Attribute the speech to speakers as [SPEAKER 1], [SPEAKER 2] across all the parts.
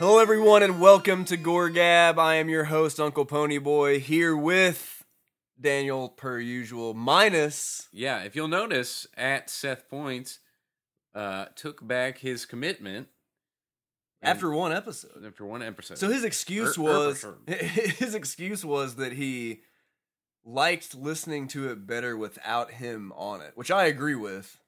[SPEAKER 1] everyone, and welcome to Gore Gab. I am your host, Uncle Ponyboy, here with Daniel, per usual, minus
[SPEAKER 2] Yeah, if you'll notice, at Seth Points, uh, took back his commitment and-
[SPEAKER 1] after one episode.
[SPEAKER 2] after one episode.
[SPEAKER 1] So his excuse
[SPEAKER 2] Mm. Er-
[SPEAKER 1] was
[SPEAKER 2] Erbershorn.
[SPEAKER 1] his excuse was that he liked listening to it better without him on it, which I agree with.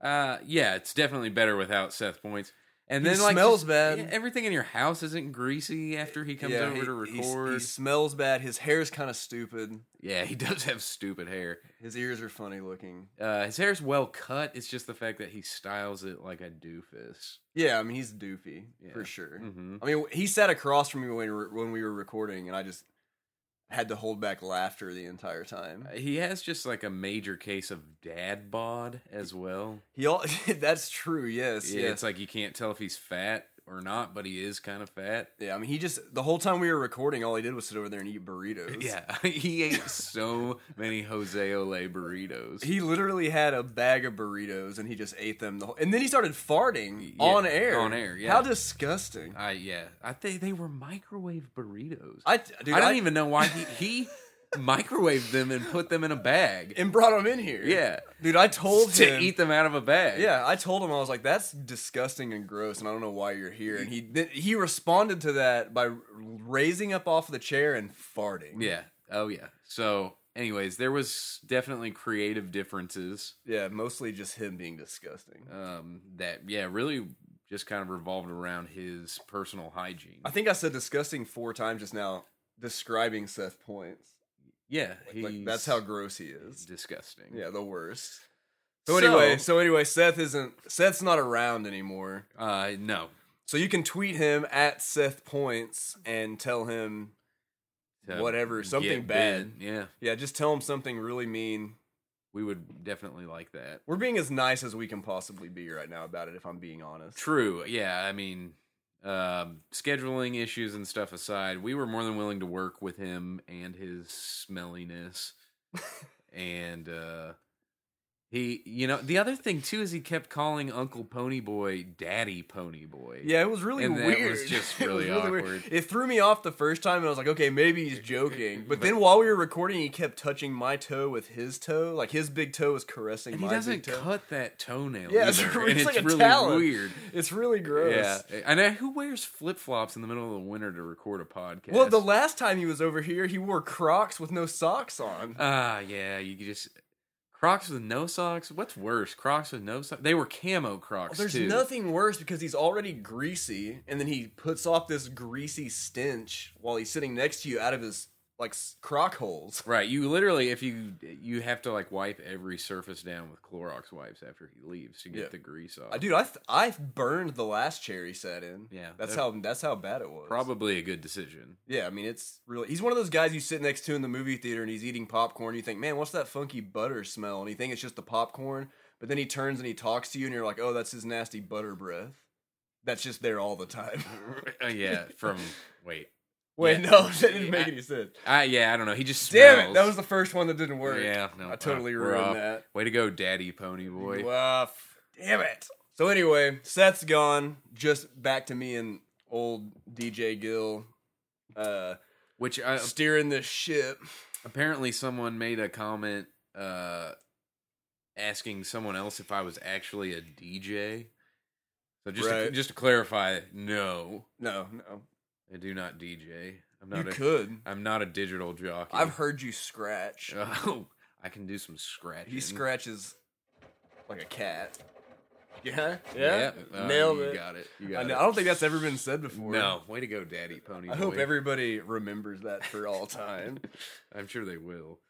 [SPEAKER 2] uh, yeah, it's definitely better without Seth Points. And
[SPEAKER 1] He
[SPEAKER 2] then like
[SPEAKER 1] smells
[SPEAKER 2] just-
[SPEAKER 1] bad.
[SPEAKER 2] yeah, everything in your house isn't greasy after he comes
[SPEAKER 1] Yeah,
[SPEAKER 2] over
[SPEAKER 1] he-
[SPEAKER 2] to
[SPEAKER 1] he's-
[SPEAKER 2] record.
[SPEAKER 1] He smells bad. His hair's kind of stupid.
[SPEAKER 2] yeah, he does have stupid hair.
[SPEAKER 1] His ears are funny looking.
[SPEAKER 2] Uh, his hair's well cut. It's just the fact that he styles it like a doofus.
[SPEAKER 1] Yeah, I mean he's doofy
[SPEAKER 2] Yeah.
[SPEAKER 1] for sure.
[SPEAKER 2] hmm
[SPEAKER 1] I mean he sat across from me when we were- when we were recording, and I just had to hold back laughter the entire time.
[SPEAKER 2] Uh, He has just like a major case of dad bod as well.
[SPEAKER 1] He all that's true. Yes,
[SPEAKER 2] Yeah,
[SPEAKER 1] yes.
[SPEAKER 2] it's like you can't tell if he's fat or not, but he is kind of fat.
[SPEAKER 1] yeah, I mean he just the whole time we were recording, all he did was sit over there and eat burritos.
[SPEAKER 2] Yeah, he ate so many Jose Ole burritos.
[SPEAKER 1] He literally had a bag of burritos and he just ate them the whole, and then he started farting
[SPEAKER 2] Yeah,
[SPEAKER 1] on air.
[SPEAKER 2] on air, yeah.
[SPEAKER 1] How disgusting!
[SPEAKER 2] I yeah, I think they were microwave burritos. I,
[SPEAKER 1] I dude,
[SPEAKER 2] don't even know why he he microwaved them and put them in a bag.
[SPEAKER 1] and brought him in here.
[SPEAKER 2] Yeah,
[SPEAKER 1] dude, I told
[SPEAKER 2] to
[SPEAKER 1] him
[SPEAKER 2] eat them out of a bag.
[SPEAKER 1] Yeah, I told him I was like, "That's disgusting and gross, and I don't know why you're here." And he th- he responded to that by raising up off the chair and farting.
[SPEAKER 2] yeah, oh yeah. So, anyways, there was definitely creative differences.
[SPEAKER 1] yeah, mostly just him being disgusting.
[SPEAKER 2] Um, that yeah, really just kind of revolved around his personal hygiene.
[SPEAKER 1] I think I said disgusting four times just now, describing Seth points.
[SPEAKER 2] Yeah,
[SPEAKER 1] Like, like,
[SPEAKER 2] he's
[SPEAKER 1] that's how gross he is.
[SPEAKER 2] disgusting.
[SPEAKER 1] Yeah, the worst. So anyway,
[SPEAKER 2] So-
[SPEAKER 1] so anyway, Seth isn't Seth's not around anymore.
[SPEAKER 2] Uh, no.
[SPEAKER 1] So you can tweet him at Seth points and tell him
[SPEAKER 2] To
[SPEAKER 1] Whatever,
[SPEAKER 2] get
[SPEAKER 1] something bad.
[SPEAKER 2] bit, Yeah,
[SPEAKER 1] yeah, just tell him something really mean.
[SPEAKER 2] we would definitely like that.
[SPEAKER 1] We're being as nice as we can possibly be right now about it, if I'm being honest.
[SPEAKER 2] True. Yeah, I mean, um, scheduling issues and stuff aside, we were more than willing to work with him and his smelliness. and uh, he, you know, the other thing too is he kept calling Uncle Ponyboy Daddy Ponyboy.
[SPEAKER 1] Yeah, it was really
[SPEAKER 2] And that was
[SPEAKER 1] weird. It
[SPEAKER 2] just
[SPEAKER 1] was
[SPEAKER 2] really
[SPEAKER 1] weird.
[SPEAKER 2] awkward.
[SPEAKER 1] It threw me off the first time, and I was like, okay, maybe he's joking. But then while we were recording, he kept touching my toe with his toe. Like his big toe was caressing
[SPEAKER 2] And
[SPEAKER 1] my
[SPEAKER 2] he doesn't
[SPEAKER 1] big toe.
[SPEAKER 2] cut that toenail.
[SPEAKER 1] Yeah, it's-
[SPEAKER 2] either,
[SPEAKER 1] it's
[SPEAKER 2] and it's
[SPEAKER 1] like a
[SPEAKER 2] really
[SPEAKER 1] talon.
[SPEAKER 2] weird.
[SPEAKER 1] It's really gross.
[SPEAKER 2] Yeah, and uh, who wears flip flops in the middle of the winter to record a podcast?
[SPEAKER 1] Well, the last time he was over here, he wore Crocs with no socks on.
[SPEAKER 2] ah, yeah, you could just Crocs with no socks. What's worse, Crocs with no socks? They were camo Crocs
[SPEAKER 1] There's
[SPEAKER 2] too.
[SPEAKER 1] nothing worse because he's already greasy, and then he puts off this greasy stench while he's sitting next to you out of his like s- croc holes.
[SPEAKER 2] Right, you literally if you you have to like wipe every surface down with Clorox wipes after he leaves to get
[SPEAKER 1] Yeah.
[SPEAKER 2] the grease off.
[SPEAKER 1] I dude, I th- I burned the last cherry set in.
[SPEAKER 2] Yeah,
[SPEAKER 1] that's
[SPEAKER 2] that-
[SPEAKER 1] how that's how bad it was.
[SPEAKER 2] Probably a good decision.
[SPEAKER 1] Yeah, I mean it's really. He's one of those guys you sit next to in the movie theater and he's eating popcorn. You think, man, what's that funky butter smell? And you think it's just the popcorn, but then he turns and he talks to you, and you're like, oh, that's his nasty butter breath. That's just there all the time.
[SPEAKER 2] Uh, yeah, from wait,
[SPEAKER 1] Wait,
[SPEAKER 2] Yeah.
[SPEAKER 1] no, that didn't make
[SPEAKER 2] I-
[SPEAKER 1] any sense.
[SPEAKER 2] I yeah, I don't know. He just
[SPEAKER 1] Damn it,
[SPEAKER 2] smells.
[SPEAKER 1] that was the first one that didn't work.
[SPEAKER 2] yeah. No,
[SPEAKER 1] I totally
[SPEAKER 2] uh, we're
[SPEAKER 1] ruined
[SPEAKER 2] off.
[SPEAKER 1] that.
[SPEAKER 2] Way to go, Daddy Pony Boy.
[SPEAKER 1] Wow, f- damn it. So anyway, Seth's gone. Just back to me and old DJ Gill uh,
[SPEAKER 2] Which I,
[SPEAKER 1] steering this ship.
[SPEAKER 2] apparently someone made a comment uh asking someone else if I was actually a DJ. So just to,
[SPEAKER 1] Right.
[SPEAKER 2] just to clarify, no,
[SPEAKER 1] No, no,
[SPEAKER 2] I do not DJ. I'm not
[SPEAKER 1] you
[SPEAKER 2] a
[SPEAKER 1] could.
[SPEAKER 2] am not a digital jockey.
[SPEAKER 1] I've heard you scratch.
[SPEAKER 2] Oh, I can do some scratching.
[SPEAKER 1] he scratches like a cat. Yeah,
[SPEAKER 2] Yep. Oh,
[SPEAKER 1] nailed
[SPEAKER 2] you
[SPEAKER 1] it.
[SPEAKER 2] Got it. You
[SPEAKER 1] I,
[SPEAKER 2] got
[SPEAKER 1] know,
[SPEAKER 2] it.
[SPEAKER 1] I don't think that's ever been said before.
[SPEAKER 2] No, way to go, Daddy Pony.
[SPEAKER 1] I hope
[SPEAKER 2] Boy.
[SPEAKER 1] everybody remembers that for all time.
[SPEAKER 2] I'm sure they will.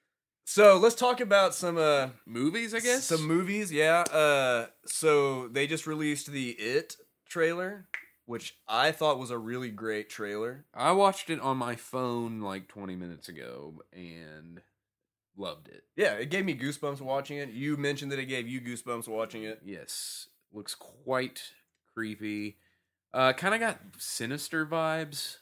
[SPEAKER 1] so let's talk about some uh,
[SPEAKER 2] Movies, I guess.
[SPEAKER 1] Some movies, yeah. Uh, so they just released the It trailer, which I thought was a really great trailer.
[SPEAKER 2] I watched it on my phone like 20 minutes ago and loved it.
[SPEAKER 1] Yeah, it gave me goosebumps watching it. You mentioned that it gave you goosebumps watching it.
[SPEAKER 2] Yes, looks quite creepy. Uh, kind of got sinister vibes.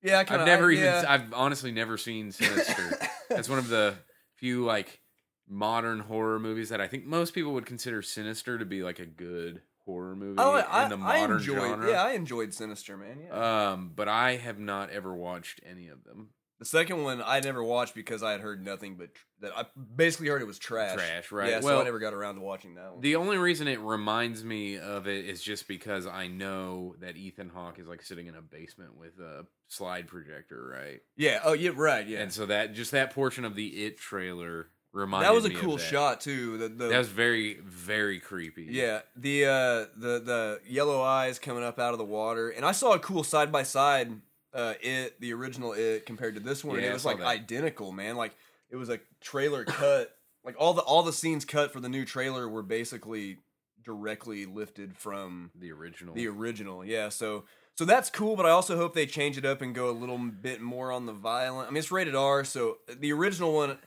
[SPEAKER 1] Yeah, I kind
[SPEAKER 2] I've never even. I've honestly never seen Sinister. That's one of the few like modern horror movies that I think most people would consider Sinister to be like a good horror movie
[SPEAKER 1] Oh, I, like-
[SPEAKER 2] in the
[SPEAKER 1] I, I
[SPEAKER 2] modern
[SPEAKER 1] enjoyed,
[SPEAKER 2] genre.
[SPEAKER 1] yeah, I enjoyed Sinister, man. Yeah.
[SPEAKER 2] Um, but I have not ever watched any of them.
[SPEAKER 1] the second one I never watched because I had heard nothing but tr- that. I basically heard it was trash.
[SPEAKER 2] Trash, right?
[SPEAKER 1] Yeah,
[SPEAKER 2] well,
[SPEAKER 1] so I never got around to watching that one.
[SPEAKER 2] the only reason it reminds me of it is just because I know that Ethan Hawke is like sitting in a basement with a slide projector, right?
[SPEAKER 1] yeah. Oh, yeah. Right. Yeah.
[SPEAKER 2] And so that just that portion of the It trailer reminded
[SPEAKER 1] that was a
[SPEAKER 2] me of
[SPEAKER 1] cool
[SPEAKER 2] that.
[SPEAKER 1] shot too. The, the
[SPEAKER 2] That was very very creepy.
[SPEAKER 1] yeah the uh the the yellow eyes coming up out of the water, and I saw a cool side by side uh it the original it compared to this one, and
[SPEAKER 2] Yeah,
[SPEAKER 1] it
[SPEAKER 2] I
[SPEAKER 1] was
[SPEAKER 2] saw
[SPEAKER 1] like
[SPEAKER 2] that.
[SPEAKER 1] identical, man. Like it was a trailer cut, like all the all the scenes cut for the new trailer were basically directly lifted from
[SPEAKER 2] the original.
[SPEAKER 1] the original. Yeah, so so that's cool, but I also hope they change it up and go a little bit more on the violent. I mean, it's rated R, so uh, the original one.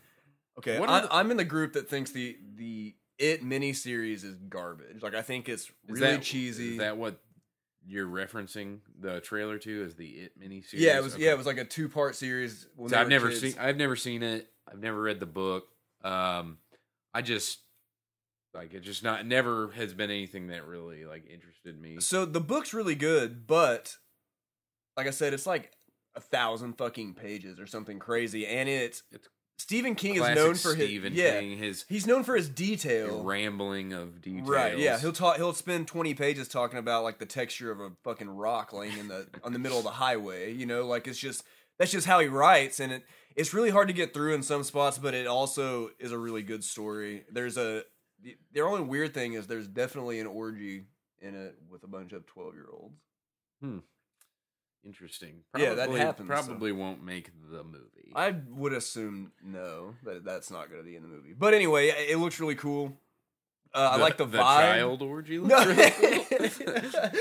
[SPEAKER 1] Okay,
[SPEAKER 2] What are
[SPEAKER 1] I,
[SPEAKER 2] the-
[SPEAKER 1] I'm in the group that thinks the the it miniseries is garbage. Like I think it's
[SPEAKER 2] Is
[SPEAKER 1] really
[SPEAKER 2] that-
[SPEAKER 1] cheesy.
[SPEAKER 2] Is that what you're referencing the trailer to? Is the It miniseries?
[SPEAKER 1] yeah, it was
[SPEAKER 2] Okay.
[SPEAKER 1] yeah, it was like a two part series. when
[SPEAKER 2] So
[SPEAKER 1] they
[SPEAKER 2] I've
[SPEAKER 1] were
[SPEAKER 2] never
[SPEAKER 1] kids.
[SPEAKER 2] seen. I've never seen it. I've never read the book. Um, I just like it. Just not. Never has been anything that really like interested me.
[SPEAKER 1] So the book's really good, but like I said, it's like a thousand fucking pages or something crazy, and it's.
[SPEAKER 2] It's-
[SPEAKER 1] Stephen King
[SPEAKER 2] Classic
[SPEAKER 1] is known for his
[SPEAKER 2] Stephen
[SPEAKER 1] yeah.
[SPEAKER 2] King, his
[SPEAKER 1] He's known for his detail.
[SPEAKER 2] rambling of details.
[SPEAKER 1] Right. Yeah. He'll talk. He'll spend twenty pages talking about like the texture of a fucking rock laying in the on the middle of the highway. You know, like it's just that's just how he writes, and it it's really hard to get through in some spots, but it also is a really good story. There's a the, the only weird thing is there's definitely an orgy in it with a bunch of twelve year olds.
[SPEAKER 2] interesting.
[SPEAKER 1] Yeah, that
[SPEAKER 2] Probably-
[SPEAKER 1] happens, so.
[SPEAKER 2] Probably won't make the movie.
[SPEAKER 1] I would assume no that that's not going to be in the movie. But anyway, it it looks really cool. Uh, I
[SPEAKER 2] The-
[SPEAKER 1] like the,
[SPEAKER 2] the
[SPEAKER 1] vibe.
[SPEAKER 2] child orgy.
[SPEAKER 1] No.
[SPEAKER 2] looks really cool.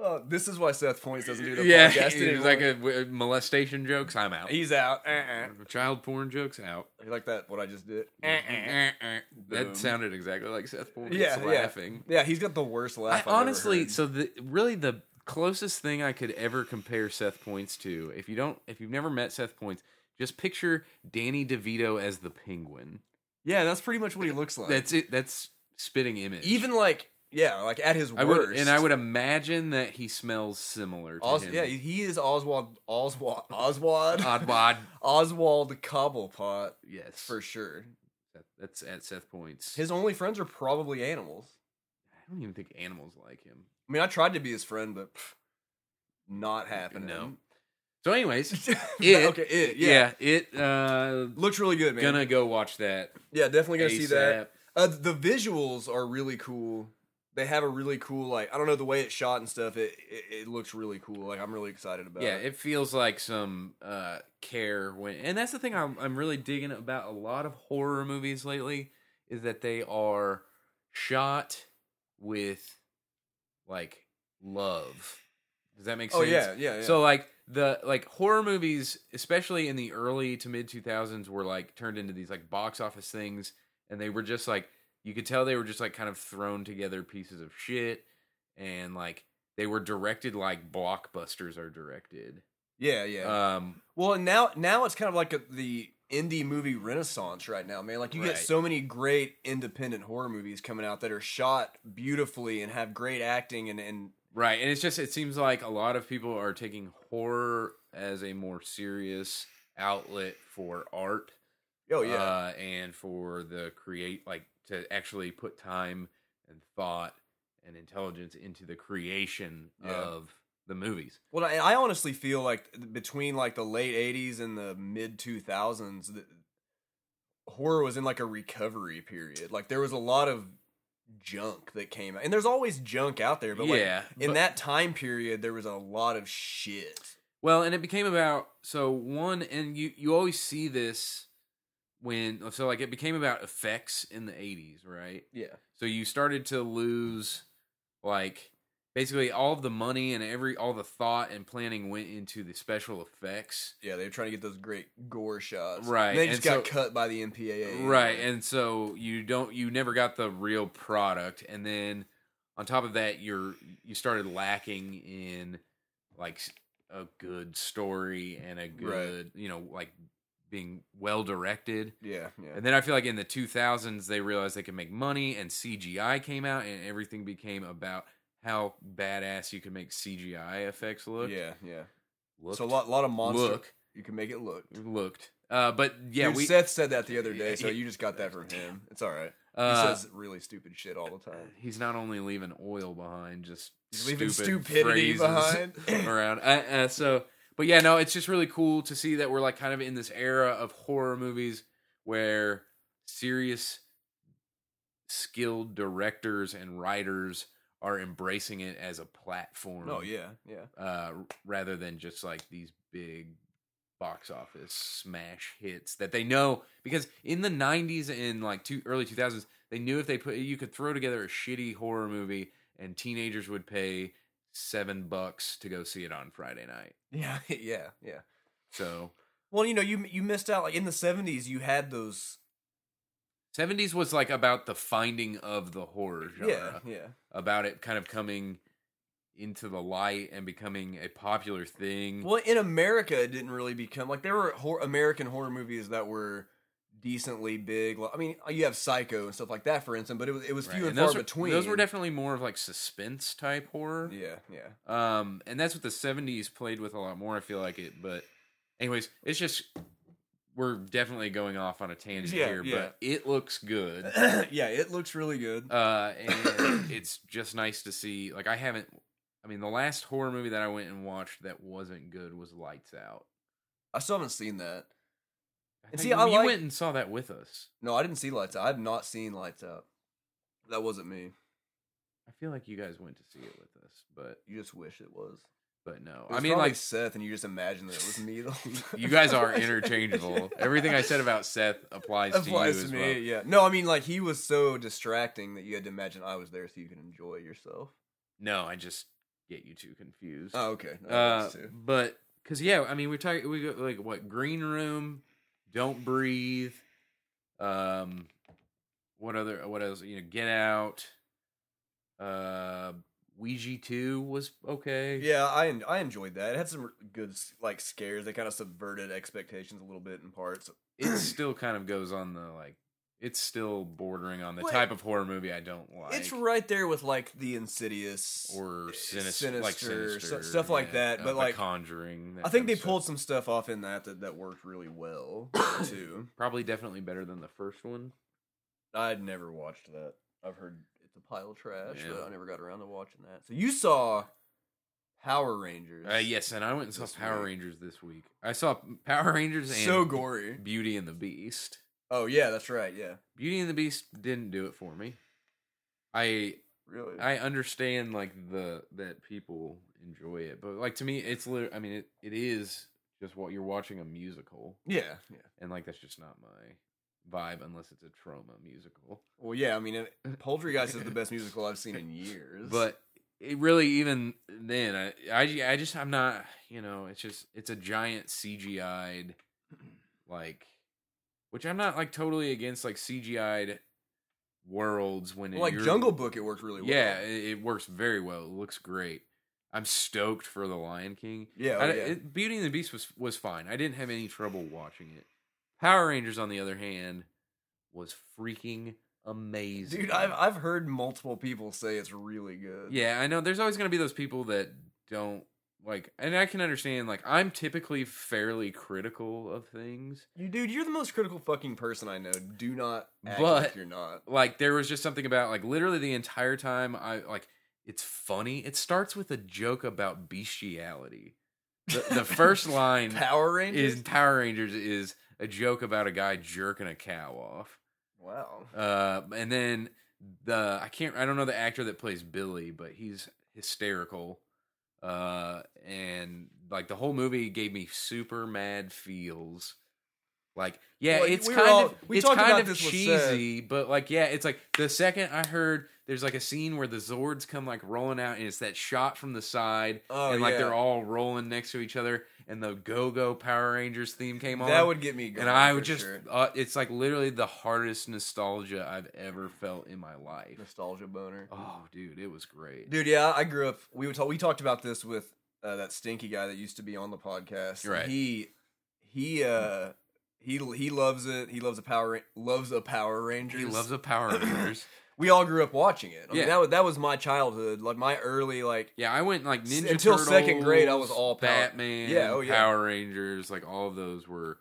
[SPEAKER 1] Oh, this is why Seth Points doesn't do the
[SPEAKER 2] yeah,
[SPEAKER 1] podcast
[SPEAKER 2] it was
[SPEAKER 1] anymore.
[SPEAKER 2] like a, w- molestation jokes. I'm out.
[SPEAKER 1] He's out. Uh-uh.
[SPEAKER 2] Child porn jokes out.
[SPEAKER 1] You like that? What I just did? eh,
[SPEAKER 2] Uh-uh.
[SPEAKER 1] Boom.
[SPEAKER 2] That sounded exactly like Seth Porn.
[SPEAKER 1] Yeah, yeah.
[SPEAKER 2] laughing.
[SPEAKER 1] Yeah, he's got the worst
[SPEAKER 2] I
[SPEAKER 1] laugh. I
[SPEAKER 2] honestly, so the really the closest thing I could ever compare Seth Points to, if you don't, if you've never met Seth Points, just picture Danny DeVito as the Penguin.
[SPEAKER 1] yeah, that's pretty much what he looks like.
[SPEAKER 2] That's it. That's spitting image.
[SPEAKER 1] even like yeah, like at his worst.
[SPEAKER 2] I would, and I would imagine that he smells similar. To
[SPEAKER 1] Os-
[SPEAKER 2] him.
[SPEAKER 1] yeah, he is Oswald Oswald Oswald
[SPEAKER 2] Oddwad.
[SPEAKER 1] Oswald Cobblepot
[SPEAKER 2] Yes,
[SPEAKER 1] for sure.
[SPEAKER 2] That- that's at Seth Points.
[SPEAKER 1] His only friends are probably animals.
[SPEAKER 2] I don't even think animals like him.
[SPEAKER 1] I mean, I tried to be his friend, but pff, not happening.
[SPEAKER 2] No. So, anyways,
[SPEAKER 1] it,
[SPEAKER 2] It-
[SPEAKER 1] okay, it, yeah.
[SPEAKER 2] yeah, it uh,
[SPEAKER 1] Looks really good, man.
[SPEAKER 2] gonna go watch that.
[SPEAKER 1] yeah, definitely gonna see that.
[SPEAKER 2] ASAP.
[SPEAKER 1] Uh, the visuals are really cool. They have a really cool, like I don't know the way it's shot and stuff. It it, it looks really cool. Like I'm really excited about.
[SPEAKER 2] Yeah,
[SPEAKER 1] it.
[SPEAKER 2] it feels like some uh, care when, and that's the thing I'm I'm really digging about a lot of horror movies lately is that they are shot with like love. Does that make sense?
[SPEAKER 1] oh yeah, yeah, yeah.
[SPEAKER 2] So like the like horror movies, especially in the early to mid two thousands, were like turned into these like box office things, and they were just like you could tell they were just like kind of thrown together pieces of shit, and like they were directed like blockbusters are directed.
[SPEAKER 1] yeah, yeah.
[SPEAKER 2] Um,
[SPEAKER 1] well, and now now it's kind of like a, the indie movie renaissance right now, man. Like you
[SPEAKER 2] Right.
[SPEAKER 1] get so many great independent horror movies coming out that are shot beautifully and have great acting and and
[SPEAKER 2] right, and it's just it seems like a lot of people are taking horror as a more serious outlet for art
[SPEAKER 1] oh yeah,
[SPEAKER 2] uh, and for the create like to actually put time and thought and intelligence into the creation
[SPEAKER 1] Yeah.
[SPEAKER 2] of the movies.
[SPEAKER 1] Well, I, I honestly feel like th- between like the late '80s and the mid 2000s, th- horror was in like a recovery period. Like there was a lot of junk that came out, and there's always junk out there. But like
[SPEAKER 2] yeah,
[SPEAKER 1] in
[SPEAKER 2] but-
[SPEAKER 1] that time period, there was a lot of shit.
[SPEAKER 2] well, and it became about so one and you you always see this when so like it became about effects in the 80s, right?
[SPEAKER 1] Yeah,
[SPEAKER 2] So you started to lose like basically all of the money and every all the thought and planning went into the special effects.
[SPEAKER 1] yeah, they were trying to get those great gore shots,
[SPEAKER 2] Right,
[SPEAKER 1] And they just
[SPEAKER 2] and
[SPEAKER 1] got
[SPEAKER 2] so-
[SPEAKER 1] cut by the MPAA,
[SPEAKER 2] right and so you don't you never got the real product and then on top of that you're you started lacking in like s- a good story and a good you know like being well directed
[SPEAKER 1] yeah, yeah,
[SPEAKER 2] and then i feel like in the 2000s they realized they could make money and cgi came out and everything became about how badass you can make CGI effects look.
[SPEAKER 1] Yeah, yeah.
[SPEAKER 2] looked,
[SPEAKER 1] So a lot, lot of monster.
[SPEAKER 2] look
[SPEAKER 1] You can make it look.
[SPEAKER 2] looked. Uh, but yeah,
[SPEAKER 1] Dude,
[SPEAKER 2] we
[SPEAKER 1] Seth said that the other day, so
[SPEAKER 2] Yeah.
[SPEAKER 1] you just got that from him. It's all right. He
[SPEAKER 2] uh,
[SPEAKER 1] says really stupid shit all the time.
[SPEAKER 2] he's not only leaving oil behind, just
[SPEAKER 1] He's leaving
[SPEAKER 2] stupid
[SPEAKER 1] stupidity
[SPEAKER 2] phrases.
[SPEAKER 1] behind.
[SPEAKER 2] around. Uh, uh, so, but yeah, no, it's just really cool to see that we're like kind of in this era of horror movies where serious, skilled directors and writers are embracing it as a platform.
[SPEAKER 1] oh yeah, yeah.
[SPEAKER 2] Uh, rather than just like these big box office smash hits that they know because in the 90s and like two early 2000s they knew if they put you could throw together a shitty horror movie and teenagers would pay seven bucks to go see it on friday night
[SPEAKER 1] Yeah, yeah, yeah.
[SPEAKER 2] so
[SPEAKER 1] Well, you know, you you missed out. Like in the seventies, you had those.
[SPEAKER 2] 70s was like about the finding of the horror genre
[SPEAKER 1] Yeah, yeah,
[SPEAKER 2] about it kind of coming into the light and becoming a popular thing
[SPEAKER 1] Well, in America, it didn't really become like there were hor- American horror movies that were decently big. Like, I mean, you have Psycho and stuff like that, for instance, but it was it was
[SPEAKER 2] Right,
[SPEAKER 1] few and,
[SPEAKER 2] and
[SPEAKER 1] far
[SPEAKER 2] those were,
[SPEAKER 1] between.
[SPEAKER 2] those were definitely more of like suspense type horror
[SPEAKER 1] yeah, yeah.
[SPEAKER 2] Um, and that's what the '70s played with a lot more. I feel like it, but anyways, it's just we're definitely going off on a tangent
[SPEAKER 1] Yeah,
[SPEAKER 2] here,
[SPEAKER 1] yeah.
[SPEAKER 2] but it looks good.
[SPEAKER 1] yeah, it looks really good.
[SPEAKER 2] Uh, and it's just nice to see. Like I haven't. I mean, the last horror movie that I went and watched that wasn't good was Lights Out.
[SPEAKER 1] I still haven't seen that. And
[SPEAKER 2] I think
[SPEAKER 1] see,
[SPEAKER 2] you
[SPEAKER 1] I like-
[SPEAKER 2] went and saw that with us.
[SPEAKER 1] No, I didn't see Lights Out. I've not seen Lights Out. That wasn't me.
[SPEAKER 2] I feel like you guys went to see it with us, but
[SPEAKER 1] You just wish it was.
[SPEAKER 2] but no.
[SPEAKER 1] It was
[SPEAKER 2] I mean,
[SPEAKER 1] probably
[SPEAKER 2] like
[SPEAKER 1] Seth, and you just imagined that it was me. the whole time.
[SPEAKER 2] you guys are interchangeable. Everything I said about Seth applies,
[SPEAKER 1] applies to,
[SPEAKER 2] to you as
[SPEAKER 1] me.
[SPEAKER 2] well.
[SPEAKER 1] Yeah. No, I mean like he was so distracting that you had to imagine I was there so you could enjoy yourself.
[SPEAKER 2] No, I just get you two confused.
[SPEAKER 1] Oh, okay. No, that
[SPEAKER 2] Uh,
[SPEAKER 1] works too.
[SPEAKER 2] but because yeah, I mean, we're talking we got like what green room, don't breathe. Um, what other what else? You know, get out. Uh, Ouija two was okay.
[SPEAKER 1] yeah, I en- I enjoyed that. It had some good like scares. They kind of subverted expectations a little bit in parts.
[SPEAKER 2] it still kind of goes on the like. It's still bordering on the
[SPEAKER 1] Well,
[SPEAKER 2] type of horror movie I don't like.
[SPEAKER 1] it's right there with like the Insidious
[SPEAKER 2] or
[SPEAKER 1] eh,
[SPEAKER 2] sinister, like
[SPEAKER 1] Sinister,
[SPEAKER 2] sinister, uh,
[SPEAKER 1] stu- stuff like that, but
[SPEAKER 2] the
[SPEAKER 1] like-
[SPEAKER 2] Conjuring. that
[SPEAKER 1] I think
[SPEAKER 2] kind
[SPEAKER 1] they
[SPEAKER 2] of stuff.
[SPEAKER 1] pulled some stuff off in that that, that worked really well too.
[SPEAKER 2] probably definitely better than the first one.
[SPEAKER 1] I'd never watched that. I've heard it's a pile of trash, but
[SPEAKER 2] Yeah.
[SPEAKER 1] I never got around to watching that. So you saw Power Rangers?
[SPEAKER 2] Uh, yes, and I went and saw
[SPEAKER 1] this
[SPEAKER 2] Power
[SPEAKER 1] week.
[SPEAKER 2] Rangers this week. I saw Power Rangers and
[SPEAKER 1] So gory.
[SPEAKER 2] Beauty and the Beast.
[SPEAKER 1] Oh yeah, that's right. Yeah,
[SPEAKER 2] Beauty and the Beast didn't do it for me. I
[SPEAKER 1] really.
[SPEAKER 2] I understand like the that people enjoy it, but like to me, it's lit- I mean, it, it is just what you're watching a musical,
[SPEAKER 1] yeah, yeah.
[SPEAKER 2] and like that's just not my vibe unless it's a trauma musical.
[SPEAKER 1] Well, yeah. I mean, it, Poltergeist is the best musical I've seen in years.
[SPEAKER 2] But it really even then, I I, I just I'm not you know it's just it's a giant CGI'd like, which I'm not like totally against like CGI'd worlds when it,
[SPEAKER 1] Well, like
[SPEAKER 2] you're-
[SPEAKER 1] Jungle Book, it worked really well.
[SPEAKER 2] yeah, it, it works very well. It looks great. I'm stoked for the Lion King.
[SPEAKER 1] yeah, oh,
[SPEAKER 2] I-
[SPEAKER 1] yeah.
[SPEAKER 2] it- Beauty and the Beast was was fine. I didn't have any trouble watching it. Power Rangers, on the other hand, was freaking amazing.
[SPEAKER 1] dude. I've I've heard multiple people say it's really good.
[SPEAKER 2] Yeah, I know. There's always going to be those people that don't like, and I can understand. Like, I'm typically fairly critical of things.
[SPEAKER 1] you dude, you're the most critical fucking person I know. Do not, act
[SPEAKER 2] But-
[SPEAKER 1] like you're not.
[SPEAKER 2] Like, there was just something about like literally the entire time. I like it's funny. It starts with a joke about bestiality. The, the first line
[SPEAKER 1] Power Rangers.
[SPEAKER 2] is Power Rangers is a joke about a guy jerking a cow off.
[SPEAKER 1] wow.
[SPEAKER 2] Uh, and then the I can't I don't know the actor that plays Billy, but he's hysterical. Uh, and like the whole movie gave me super mad feels. Like yeah,
[SPEAKER 1] Well,
[SPEAKER 2] it's
[SPEAKER 1] we were
[SPEAKER 2] kind
[SPEAKER 1] all-
[SPEAKER 2] of
[SPEAKER 1] we
[SPEAKER 2] it's
[SPEAKER 1] talked
[SPEAKER 2] kind
[SPEAKER 1] about
[SPEAKER 2] of
[SPEAKER 1] this with
[SPEAKER 2] cheesy, but like yeah, it's like the second I heard there's like a scene where the Zords come like rolling out, and it's that shot from the side,
[SPEAKER 1] Oh
[SPEAKER 2] and like
[SPEAKER 1] yeah.
[SPEAKER 2] they're all rolling next to each other, and the Go Go Power Rangers theme came on
[SPEAKER 1] that would get me. Going
[SPEAKER 2] and I
[SPEAKER 1] for
[SPEAKER 2] would just
[SPEAKER 1] sure.
[SPEAKER 2] uh, it's like literally the hardest nostalgia I've ever felt in my life.
[SPEAKER 1] nostalgia boner.
[SPEAKER 2] Oh, dude, it was great.
[SPEAKER 1] Dude, yeah, I grew up. We would talk, we talked about this with uh, that stinky guy that used to be on the podcast.
[SPEAKER 2] Right.
[SPEAKER 1] He he uh he he loves it. He loves a power Ra- loves a Power Rangers.
[SPEAKER 2] He loves the Power Rangers.
[SPEAKER 1] we all grew up watching it. I
[SPEAKER 2] Yeah.
[SPEAKER 1] mean, that was, that was my childhood, like my early like
[SPEAKER 2] Yeah, I went like
[SPEAKER 1] S-
[SPEAKER 2] Ninja
[SPEAKER 1] until
[SPEAKER 2] Turtles,
[SPEAKER 1] second grade, I was all Power-
[SPEAKER 2] Batman,
[SPEAKER 1] Yeah, oh, yeah.
[SPEAKER 2] Power Rangers, like all of those were.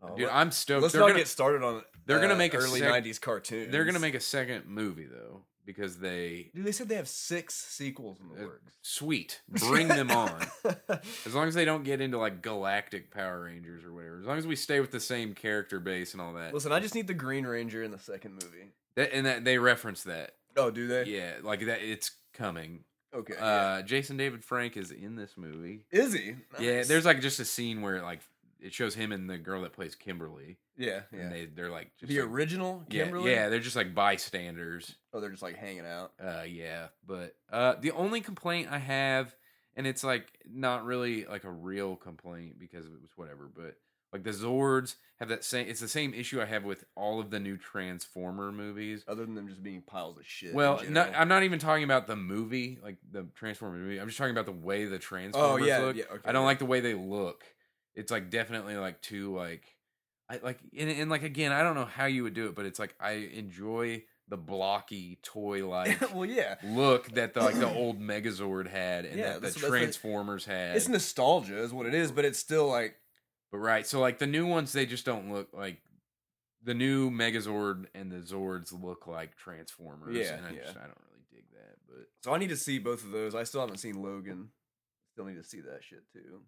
[SPEAKER 1] Oh,
[SPEAKER 2] Dude,
[SPEAKER 1] let-
[SPEAKER 2] I'm stoked.
[SPEAKER 1] Let's
[SPEAKER 2] they're
[SPEAKER 1] not
[SPEAKER 2] gonna,
[SPEAKER 1] get started on.
[SPEAKER 2] they're gonna
[SPEAKER 1] uh,
[SPEAKER 2] make a
[SPEAKER 1] early
[SPEAKER 2] sec-
[SPEAKER 1] '90s cartoons.
[SPEAKER 2] they're gonna make a second movie though because they
[SPEAKER 1] Dude, they said they have six sequels in the
[SPEAKER 2] Uh,
[SPEAKER 1] works.
[SPEAKER 2] sweet bring them on. As long as they don't get into like Galactic Power Rangers or whatever. As long as we stay with the same character base and all that.
[SPEAKER 1] Listen, I just need the Green Ranger in the second movie.
[SPEAKER 2] That- and that they reference that.
[SPEAKER 1] Oh, do they?
[SPEAKER 2] Yeah, like that. It's coming.
[SPEAKER 1] Okay. yeah.
[SPEAKER 2] Uh, Jason David Frank is in this movie.
[SPEAKER 1] Is he?
[SPEAKER 2] Yeah,
[SPEAKER 1] Nice.
[SPEAKER 2] there's like just a scene where like it shows him and the girl that plays Kimberly,
[SPEAKER 1] yeah, yeah.
[SPEAKER 2] and they they're like just
[SPEAKER 1] the
[SPEAKER 2] like-
[SPEAKER 1] original
[SPEAKER 2] yeah,
[SPEAKER 1] Kimberly.
[SPEAKER 2] Yeah, they're just like bystanders.
[SPEAKER 1] Oh, they're just like hanging out.
[SPEAKER 2] Uh, yeah, but uh, the only complaint I have, and it's like not really like a real complaint because it was whatever, but like the Zords have that same. It's the same issue I have with all of the new Transformer movies.
[SPEAKER 1] Other than them just being piles of shit. in
[SPEAKER 2] Well, not,
[SPEAKER 1] general.
[SPEAKER 2] I'm not even talking about the movie, like the Transformer movie. I'm just talking about the way the
[SPEAKER 1] oh
[SPEAKER 2] Transformers
[SPEAKER 1] yeah,
[SPEAKER 2] look.
[SPEAKER 1] yeah, okay,
[SPEAKER 2] I don't
[SPEAKER 1] yeah.
[SPEAKER 2] like the way they look. It's like definitely like too like I like and, and like again, I don't know how you would do it, but it's like I enjoy the blocky toy like
[SPEAKER 1] well, yeah.
[SPEAKER 2] look that the like the old Megazord had and
[SPEAKER 1] Yeah,
[SPEAKER 2] that
[SPEAKER 1] that's-
[SPEAKER 2] the
[SPEAKER 1] that's the-
[SPEAKER 2] Transformers had.
[SPEAKER 1] It's nostalgia, is what it is, but it's still like
[SPEAKER 2] but right, so like the new ones they just don't look like the new Megazord and the Zords look like Transformers.
[SPEAKER 1] Yeah,
[SPEAKER 2] and I
[SPEAKER 1] yeah.
[SPEAKER 2] just I don't really dig that, but
[SPEAKER 1] So I need to see both of those. I still haven't seen Logan. Still need to see that shit too.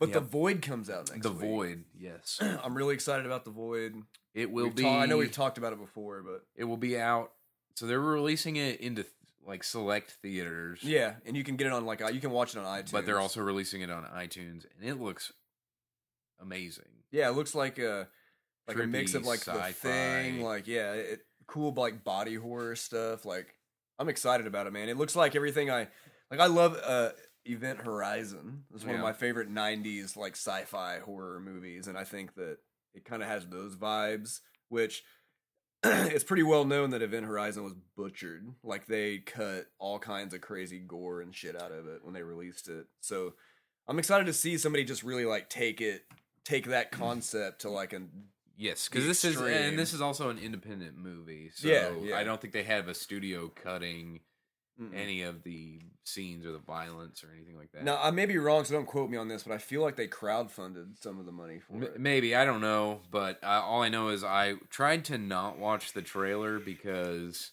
[SPEAKER 1] But the
[SPEAKER 2] Yeah.
[SPEAKER 1] Void comes out next.
[SPEAKER 2] the
[SPEAKER 1] week.
[SPEAKER 2] Void, yes.
[SPEAKER 1] I'm really excited about the Void.
[SPEAKER 2] It will
[SPEAKER 1] We've
[SPEAKER 2] be
[SPEAKER 1] ta- I know we've talked about it before, but
[SPEAKER 2] it will be out. So they're releasing it into like select theaters.
[SPEAKER 1] yeah, and you can get it on like i- you can watch it on iTunes.
[SPEAKER 2] But they're also releasing it on iTunes, and it looks amazing.
[SPEAKER 1] yeah, it looks like a like a mix
[SPEAKER 2] Trippy,
[SPEAKER 1] of like
[SPEAKER 2] sci-fi.
[SPEAKER 1] the thing, like yeah, it, cool like body horror stuff. Like I'm excited about it, man. It looks like everything I like. I love uh Event Horizon. It's one
[SPEAKER 2] Yeah.
[SPEAKER 1] of my favorite '90s like sci-fi horror movies, and I think that it kind of has those vibes, which. it's pretty well known that Event Horizon was butchered. Like they cut all kinds of crazy gore and shit out of it when they released it. So I'm excited to see somebody just really like take it, take that concept to like an
[SPEAKER 2] Yes,
[SPEAKER 1] The
[SPEAKER 2] because this is
[SPEAKER 1] extreme.
[SPEAKER 2] and this is also an independent movie. So
[SPEAKER 1] Yeah, yeah.
[SPEAKER 2] I don't think they have a studio cutting
[SPEAKER 1] Mm-mm.
[SPEAKER 2] any of the scenes or the violence or anything like that.
[SPEAKER 1] Now I may be wrong, so don't quote me on this, but I feel like they crowdfunded some of the money for
[SPEAKER 2] M-
[SPEAKER 1] it.
[SPEAKER 2] maybe I don't know, but uh, all I know is I tried to not watch the trailer because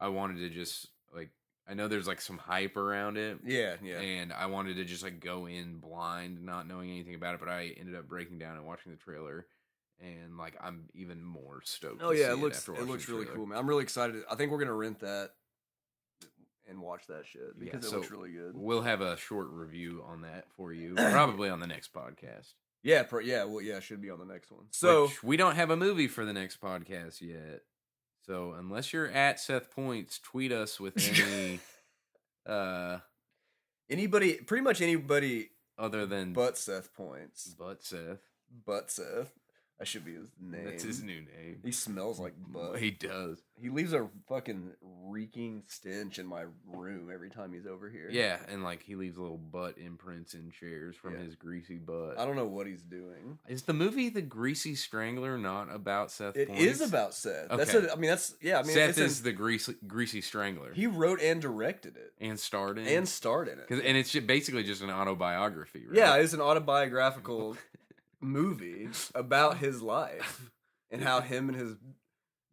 [SPEAKER 2] I wanted to just like I know there's like some hype around it,
[SPEAKER 1] Yeah, yeah.
[SPEAKER 2] and I wanted to just like go in blind, not knowing anything about it. But I ended up breaking down and watching the trailer, and like I'm even more stoked.
[SPEAKER 1] Oh
[SPEAKER 2] to
[SPEAKER 1] yeah,
[SPEAKER 2] see
[SPEAKER 1] it looks
[SPEAKER 2] after
[SPEAKER 1] it
[SPEAKER 2] watching
[SPEAKER 1] looks
[SPEAKER 2] the
[SPEAKER 1] really
[SPEAKER 2] trailer.
[SPEAKER 1] cool, man. I'm really excited. I think we're gonna rent that and watch that shit
[SPEAKER 2] Yeah,
[SPEAKER 1] because it
[SPEAKER 2] so
[SPEAKER 1] looks really good.
[SPEAKER 2] We'll have a short review on that for you, probably on the next podcast.
[SPEAKER 1] Yeah, pro- yeah, well, yeah, it should be on the next one. So
[SPEAKER 2] Which we don't have a movie for the next podcast yet. So unless you're at Seth Points, tweet us with any uh
[SPEAKER 1] anybody, pretty much anybody
[SPEAKER 2] other than
[SPEAKER 1] but Seth points.
[SPEAKER 2] but Seth.
[SPEAKER 1] But Seth, that should be his name.
[SPEAKER 2] That's his new name.
[SPEAKER 1] He smells like butt.
[SPEAKER 2] he does.
[SPEAKER 1] He leaves a fucking reeking stench in my room every time he's over here.
[SPEAKER 2] Yeah, and like he leaves little butt imprints in chairs from
[SPEAKER 1] Yeah.
[SPEAKER 2] his greasy butt.
[SPEAKER 1] I don't know what he's doing.
[SPEAKER 2] Is the movie The Greasy Strangler not about Seth?
[SPEAKER 1] It is
[SPEAKER 2] Points?
[SPEAKER 1] about Seth. That's
[SPEAKER 2] Okay.
[SPEAKER 1] a, I mean that's yeah, I mean
[SPEAKER 2] Seth
[SPEAKER 1] it's in-
[SPEAKER 2] is the greasy Greasy Strangler.
[SPEAKER 1] he wrote and directed it
[SPEAKER 2] and starred in
[SPEAKER 1] and starred in it.
[SPEAKER 2] 'Cause- and it's ju- basically just an autobiography, right?
[SPEAKER 1] Yeah, it's an autobiographical movie about his life and how him and his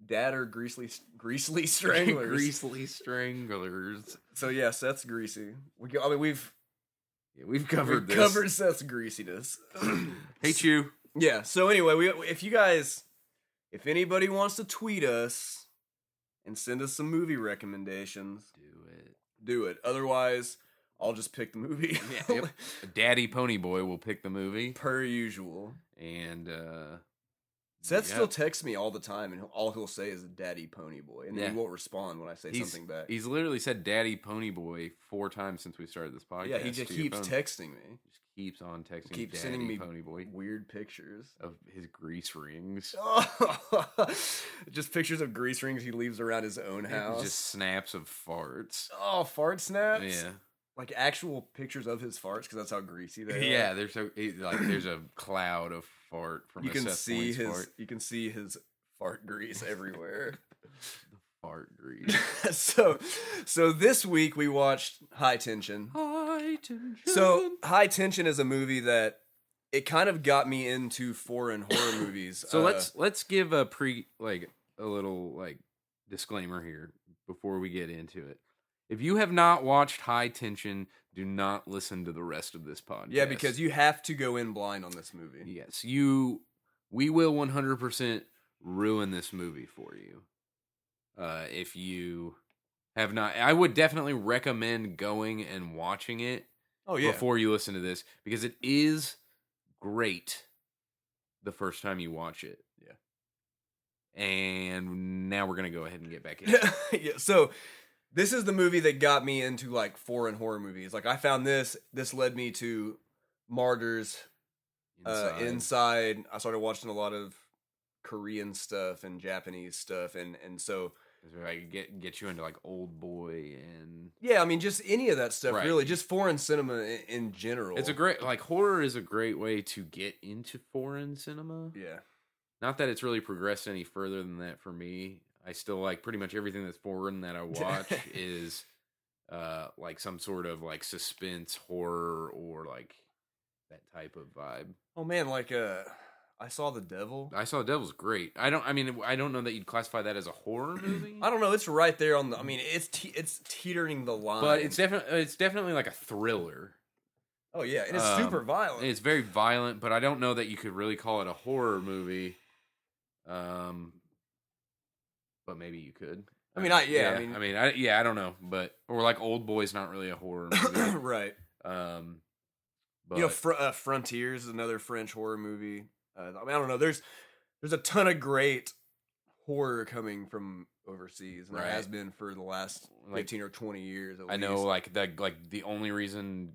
[SPEAKER 1] dad are greasily greasily stranglers.
[SPEAKER 2] Greasy Stranglers.
[SPEAKER 1] So yeah, Seth's greasy. We go, I mean we've
[SPEAKER 2] Yeah, we've covered
[SPEAKER 1] we've
[SPEAKER 2] this.
[SPEAKER 1] covered Seth's greasiness.
[SPEAKER 2] Hate you.
[SPEAKER 1] Yeah. So anyway, we if you guys, if anybody wants to tweet us and send us some movie recommendations,
[SPEAKER 2] Do it.
[SPEAKER 1] do it. Otherwise, I'll just pick the movie
[SPEAKER 2] Yeah, yep. Daddy Pony Boy will pick the movie,
[SPEAKER 1] per usual.
[SPEAKER 2] and uh
[SPEAKER 1] Seth
[SPEAKER 2] Yeah.
[SPEAKER 1] still texts me all the time, and he'll- all he'll say is "Daddy Pony Boy," and then
[SPEAKER 2] Yeah.
[SPEAKER 1] he won't respond when I say
[SPEAKER 2] He's-
[SPEAKER 1] something back.
[SPEAKER 2] he's literally said "Daddy Pony Boy" four times since we started this podcast.
[SPEAKER 1] Yeah, he just
[SPEAKER 2] to your
[SPEAKER 1] keeps
[SPEAKER 2] phone.
[SPEAKER 1] texting me
[SPEAKER 2] Just keeps on texting.
[SPEAKER 1] Keeps
[SPEAKER 2] Daddy
[SPEAKER 1] sending me-
[SPEAKER 2] Pony Boy
[SPEAKER 1] weird pictures.
[SPEAKER 2] of his grease rings.
[SPEAKER 1] just pictures of grease rings he leaves around his own house.
[SPEAKER 2] Just snaps of farts.
[SPEAKER 1] oh, fart snaps.
[SPEAKER 2] Yeah,
[SPEAKER 1] like actual pictures of his farts because that's how greasy they are.
[SPEAKER 2] yeah. There's a it- like there's a cloud of fart from
[SPEAKER 1] you
[SPEAKER 2] a
[SPEAKER 1] can
[SPEAKER 2] Seth
[SPEAKER 1] see
[SPEAKER 2] Point's
[SPEAKER 1] his
[SPEAKER 2] fart.
[SPEAKER 1] you can see his fart grease everywhere.
[SPEAKER 2] The heart greed.
[SPEAKER 1] so, so this week we watched High Tension.
[SPEAKER 2] High tension.
[SPEAKER 1] So, High Tension is a movie that it kind of got me into foreign horror movies.
[SPEAKER 2] So
[SPEAKER 1] Uh,
[SPEAKER 2] let's let's give a pre like a little like disclaimer here before we get into it. If you have not watched High Tension, do not listen to the rest of this podcast.
[SPEAKER 1] yeah, because you have to go in blind on this movie.
[SPEAKER 2] yes, you we will 100% ruin this movie for you. Uh if you have not I would definitely recommend going and watching it
[SPEAKER 1] Oh yeah,
[SPEAKER 2] before you listen to this because it is great the first time you watch it. Yeah. And now we're gonna go ahead and get back in.
[SPEAKER 1] yeah, yeah. So this is the movie that got me into like foreign horror movies. Like I found this. This led me to Martyrs, uh, inside i started watching a lot of korean stuff and japanese stuff and and so
[SPEAKER 2] Is where I could get get you into like old boy and
[SPEAKER 1] yeah i mean just any of that stuff
[SPEAKER 2] Right.
[SPEAKER 1] really just foreign cinema in, in general
[SPEAKER 2] it's a great like horror is a great way to get into foreign cinema.
[SPEAKER 1] yeah
[SPEAKER 2] Not that it's really progressed any further than that for me. I still like pretty much everything that's foreign that I watch is uh like some sort of like suspense horror or like that type of vibe.
[SPEAKER 1] oh man like uh i saw the devil
[SPEAKER 2] I saw The Devil's great. I don't. I mean, I don't know that you'd classify that as a horror movie.
[SPEAKER 1] i don't know it's right there on the i mean it's te- it's teetering the line
[SPEAKER 2] but it's definitely it's definitely like a thriller.
[SPEAKER 1] oh yeah and it's
[SPEAKER 2] um,
[SPEAKER 1] super violent
[SPEAKER 2] It's very violent, but I don't know that you could really call it a horror movie. Um, but maybe you could.
[SPEAKER 1] I mean, I- yeah, I mean-
[SPEAKER 2] I mean, I, yeah, I don't know, but or like Old Boy's not really a horror movie.
[SPEAKER 1] right
[SPEAKER 2] um, but
[SPEAKER 1] you know fr- uh, frontiers is another french horror movie uh, i mean i don't know there's there's a ton of great horror coming from overseas and
[SPEAKER 2] Right.
[SPEAKER 1] there has been for the last
[SPEAKER 2] Like,
[SPEAKER 1] 15 or 20 years at
[SPEAKER 2] I
[SPEAKER 1] least.
[SPEAKER 2] know, like the like the only reason.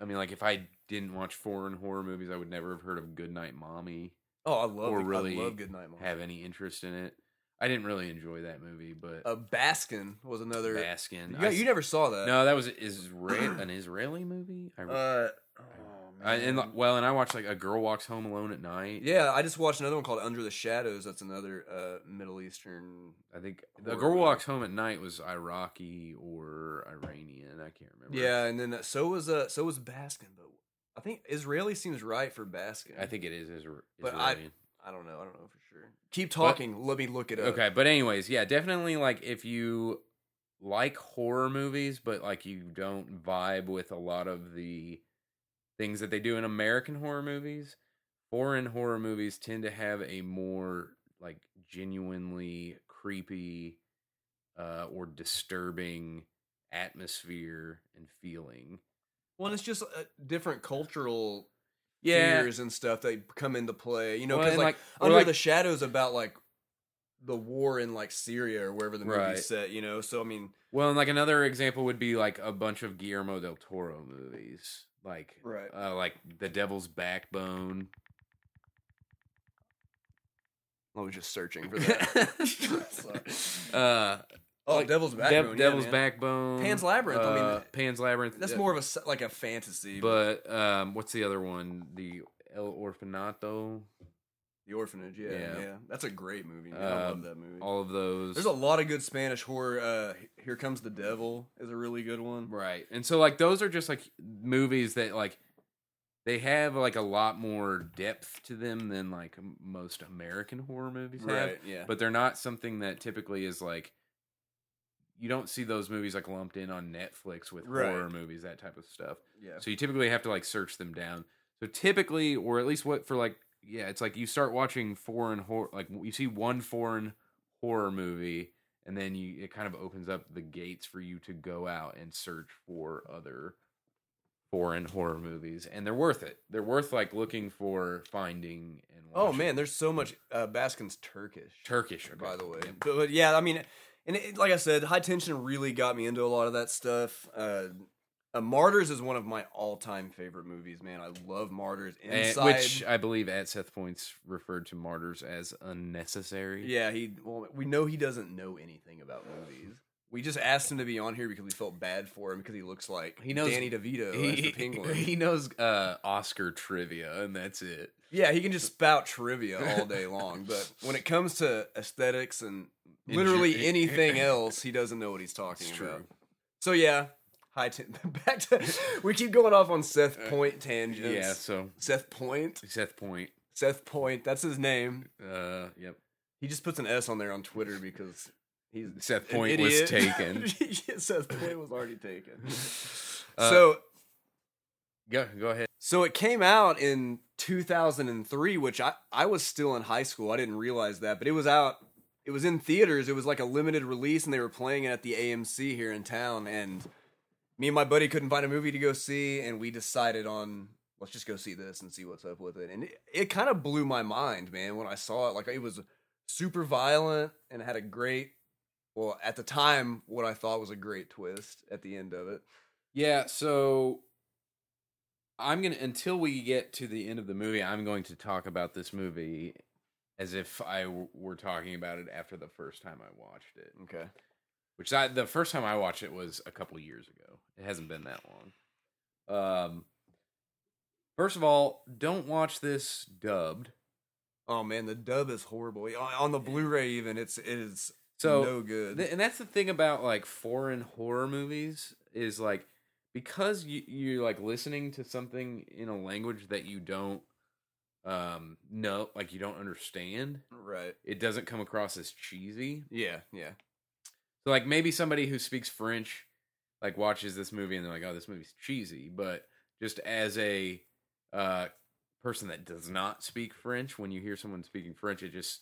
[SPEAKER 2] I mean, like if I didn't watch foreign horror movies, I would never have heard of Goodnight Mommy.
[SPEAKER 1] oh i love or
[SPEAKER 2] or really
[SPEAKER 1] i love good night mom
[SPEAKER 2] have any interest in it. I didn't really enjoy that movie, but
[SPEAKER 1] uh, baskin was another
[SPEAKER 2] Baskin.
[SPEAKER 1] yeah
[SPEAKER 2] I
[SPEAKER 1] you
[SPEAKER 2] s-
[SPEAKER 1] never saw that
[SPEAKER 2] no, that was Isra- an Israeli movie. I,
[SPEAKER 1] uh oh,
[SPEAKER 2] I-
[SPEAKER 1] man.
[SPEAKER 2] and like, well, and I watched like A Girl Walks Home Alone at Night.
[SPEAKER 1] yeah i just watched another one called under the shadows that's another uh middle eastern
[SPEAKER 2] I think The
[SPEAKER 1] Horror
[SPEAKER 2] Girl
[SPEAKER 1] movie.
[SPEAKER 2] Walks Home at Night was Iraqi or Iranian. I can't remember.
[SPEAKER 1] yeah and then uh, so was uh so was baskin but i think israeli seems right for baskin
[SPEAKER 2] I think it is Isra-
[SPEAKER 1] But I-
[SPEAKER 2] Israeli.
[SPEAKER 1] I don't know. I don't know for sure. Keep talking. let me look it up.
[SPEAKER 2] Okay, but anyways, yeah, definitely like if you like horror movies, but like you don't vibe with a lot of the things that they do in American horror movies, foreign horror movies tend to have a more like genuinely creepy uh, or disturbing atmosphere and feeling.
[SPEAKER 1] Well, and it's just uh, different cultural
[SPEAKER 2] Yeah,
[SPEAKER 1] fears and stuff that come into play. You know,
[SPEAKER 2] well,
[SPEAKER 1] because
[SPEAKER 2] and,
[SPEAKER 1] like,
[SPEAKER 2] or,
[SPEAKER 1] under
[SPEAKER 2] like-
[SPEAKER 1] the shadows about like the war in like Syria or wherever the movie's
[SPEAKER 2] Right.
[SPEAKER 1] set. You know, so I mean,
[SPEAKER 2] Well, and like another example would be like a bunch of Guillermo del Toro movies, like
[SPEAKER 1] Right.
[SPEAKER 2] uh, like The Devil's Backbone.
[SPEAKER 1] I was just searching for that. Sorry.
[SPEAKER 2] uh,
[SPEAKER 1] oh,
[SPEAKER 2] like,
[SPEAKER 1] Devil's
[SPEAKER 2] Dev-
[SPEAKER 1] Backbone. yeah,
[SPEAKER 2] Devil's
[SPEAKER 1] man.
[SPEAKER 2] Backbone,
[SPEAKER 1] Pan's Labyrinth, I mean,
[SPEAKER 2] uh, Pan's Labyrinth.
[SPEAKER 1] That's
[SPEAKER 2] uh,
[SPEAKER 1] more of a s- like a fantasy, but
[SPEAKER 2] But um, what's the other one? The El Orfanato.
[SPEAKER 1] the orphanage. Yeah, yeah,
[SPEAKER 2] Yeah.
[SPEAKER 1] That's a great movie. man. I
[SPEAKER 2] Um,
[SPEAKER 1] love that movie.
[SPEAKER 2] All of those.
[SPEAKER 1] There's a lot of good Spanish horror. Uh, Here Comes the Devil is a really good one.
[SPEAKER 2] Right. And so like those are just like movies that like they have like a lot more depth to them than like m- most American horror movies have,
[SPEAKER 1] Right. Yeah.
[SPEAKER 2] but they're not something that typically is like you don't see those movies like lumped in on Netflix with
[SPEAKER 1] Right.
[SPEAKER 2] horror movies that type of stuff.
[SPEAKER 1] yeah.
[SPEAKER 2] So you typically have to like search them down. So typically, or at least what for like, yeah, it's like you start watching foreign horror, like you see one foreign horror movie, and then you it kind of opens up the gates for you to go out and search for other foreign horror movies, and they're worth it. They're worth like looking for, finding, and
[SPEAKER 1] Oh
[SPEAKER 2] watching.
[SPEAKER 1] man, there's so much. Uh, Baskin's Turkish,
[SPEAKER 2] Turkish, okay.
[SPEAKER 1] by the way.
[SPEAKER 2] Yep.
[SPEAKER 1] But, but yeah, I mean, and it, like I said, High Tension really got me into a lot of that stuff. Uh, uh, Martyrs is one of my all-time favorite movies, man. I love Martyrs.
[SPEAKER 2] And-
[SPEAKER 1] Inside,
[SPEAKER 2] Eh, which I believe at Seth Points referred to martyrs as unnecessary.
[SPEAKER 1] yeah, he. Well, we know he doesn't know anything about movies. We just asked him to be on here because we felt bad for him because he looks like
[SPEAKER 2] He knows-
[SPEAKER 1] Danny
[SPEAKER 2] oh,
[SPEAKER 1] DeVito as the penguin.
[SPEAKER 2] he knows uh, Oscar trivia, and that's it.
[SPEAKER 1] yeah, he can just spout trivia all day long. But when it comes to aesthetics and
[SPEAKER 2] Inju-
[SPEAKER 1] literally anything else, he doesn't know what he's talking
[SPEAKER 2] It's
[SPEAKER 1] about.
[SPEAKER 2] true.
[SPEAKER 1] So yeah, high ten. Back to we keep going off on Seth
[SPEAKER 2] Uh,
[SPEAKER 1] Point tangents.
[SPEAKER 2] Yeah, so
[SPEAKER 1] Seth Point.
[SPEAKER 2] Seth Point.
[SPEAKER 1] Seth Point. That's his name.
[SPEAKER 2] Uh, yep.
[SPEAKER 1] He just puts an S on there on Twitter because he's
[SPEAKER 2] Seth
[SPEAKER 1] an
[SPEAKER 2] Point was
[SPEAKER 1] idiot.
[SPEAKER 2] taken.
[SPEAKER 1] Yeah, Seth Point was already taken.
[SPEAKER 2] Uh,
[SPEAKER 1] so
[SPEAKER 2] Go go ahead.
[SPEAKER 1] so it came out in 2003, which I I was still in high school. I didn't realize that, but it was out. It was in theaters. It was like a limited release, and they were playing it at the AMC here in town. And me and my buddy couldn't find a movie to go see, and we decided on let's just go see this and see what's up with it. And it, it kind of blew my mind, man, when I saw it. Like it was super violent and had a great, well, at the time, what I thought was a great twist at the end of it.
[SPEAKER 2] Yeah, so I'm going to until we get to the end of the movie, I'm going to talk about this movie as if I w- were talking about it after the first time I watched it.
[SPEAKER 1] Okay.
[SPEAKER 2] Which I the first time I watched it was a couple years ago. It hasn't been that long. Um First of all, don't watch this dubbed.
[SPEAKER 1] Oh man, the dub is horrible. On- On the Blu-ray, even it's it is
[SPEAKER 2] So
[SPEAKER 1] no good.
[SPEAKER 2] Th- and that's the thing about like foreign horror movies is like because you, you're like listening to something in a language that you don't um know like you don't understand
[SPEAKER 1] right?
[SPEAKER 2] it doesn't come across as cheesy
[SPEAKER 1] Yeah, yeah.
[SPEAKER 2] so like maybe somebody who speaks french like watches this movie and they're like oh this movie's cheesy but just as a uh person that does not speak french when you hear someone speaking french it just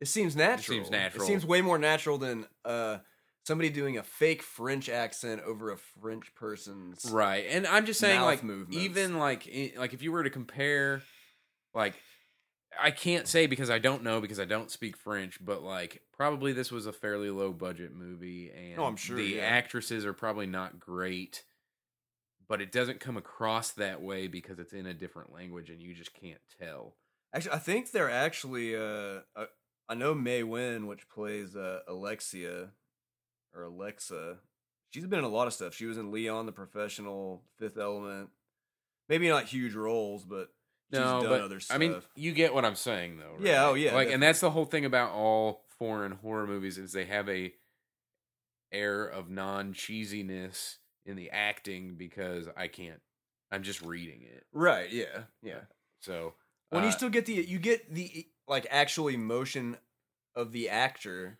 [SPEAKER 1] It seems natural.
[SPEAKER 2] natural.
[SPEAKER 1] It seems way more natural than uh somebody doing a fake French accent over a French person's.
[SPEAKER 2] right and i'm just saying
[SPEAKER 1] mouth
[SPEAKER 2] like
[SPEAKER 1] movements.
[SPEAKER 2] even like i- like if you were to compare like i can't say because i don't know because i don't speak french but like probably this was a fairly low budget movie and
[SPEAKER 1] Oh, I'm sure,
[SPEAKER 2] the
[SPEAKER 1] yeah.
[SPEAKER 2] actresses are probably not great but it doesn't come across that way because it's in a different language and you just can't tell
[SPEAKER 1] Actually, I think they're actually. Uh, uh, I know May Win, which plays uh, Alexia or Alexa. She's been in a lot of stuff. She was in Leon, The Professional, Fifth Element. Maybe not huge roles, but she's
[SPEAKER 2] no
[SPEAKER 1] done
[SPEAKER 2] but
[SPEAKER 1] other
[SPEAKER 2] i mean
[SPEAKER 1] stuff.
[SPEAKER 2] you get what i'm saying though right?
[SPEAKER 1] Yeah, oh, yeah,
[SPEAKER 2] like and that's the whole thing about all foreign horror movies is they have a air of non cheesiness in the acting because i can't i'm just reading it
[SPEAKER 1] right? Yeah, yeah.
[SPEAKER 2] so
[SPEAKER 1] When
[SPEAKER 2] uh,
[SPEAKER 1] you still get the you get the like actual emotion of the actor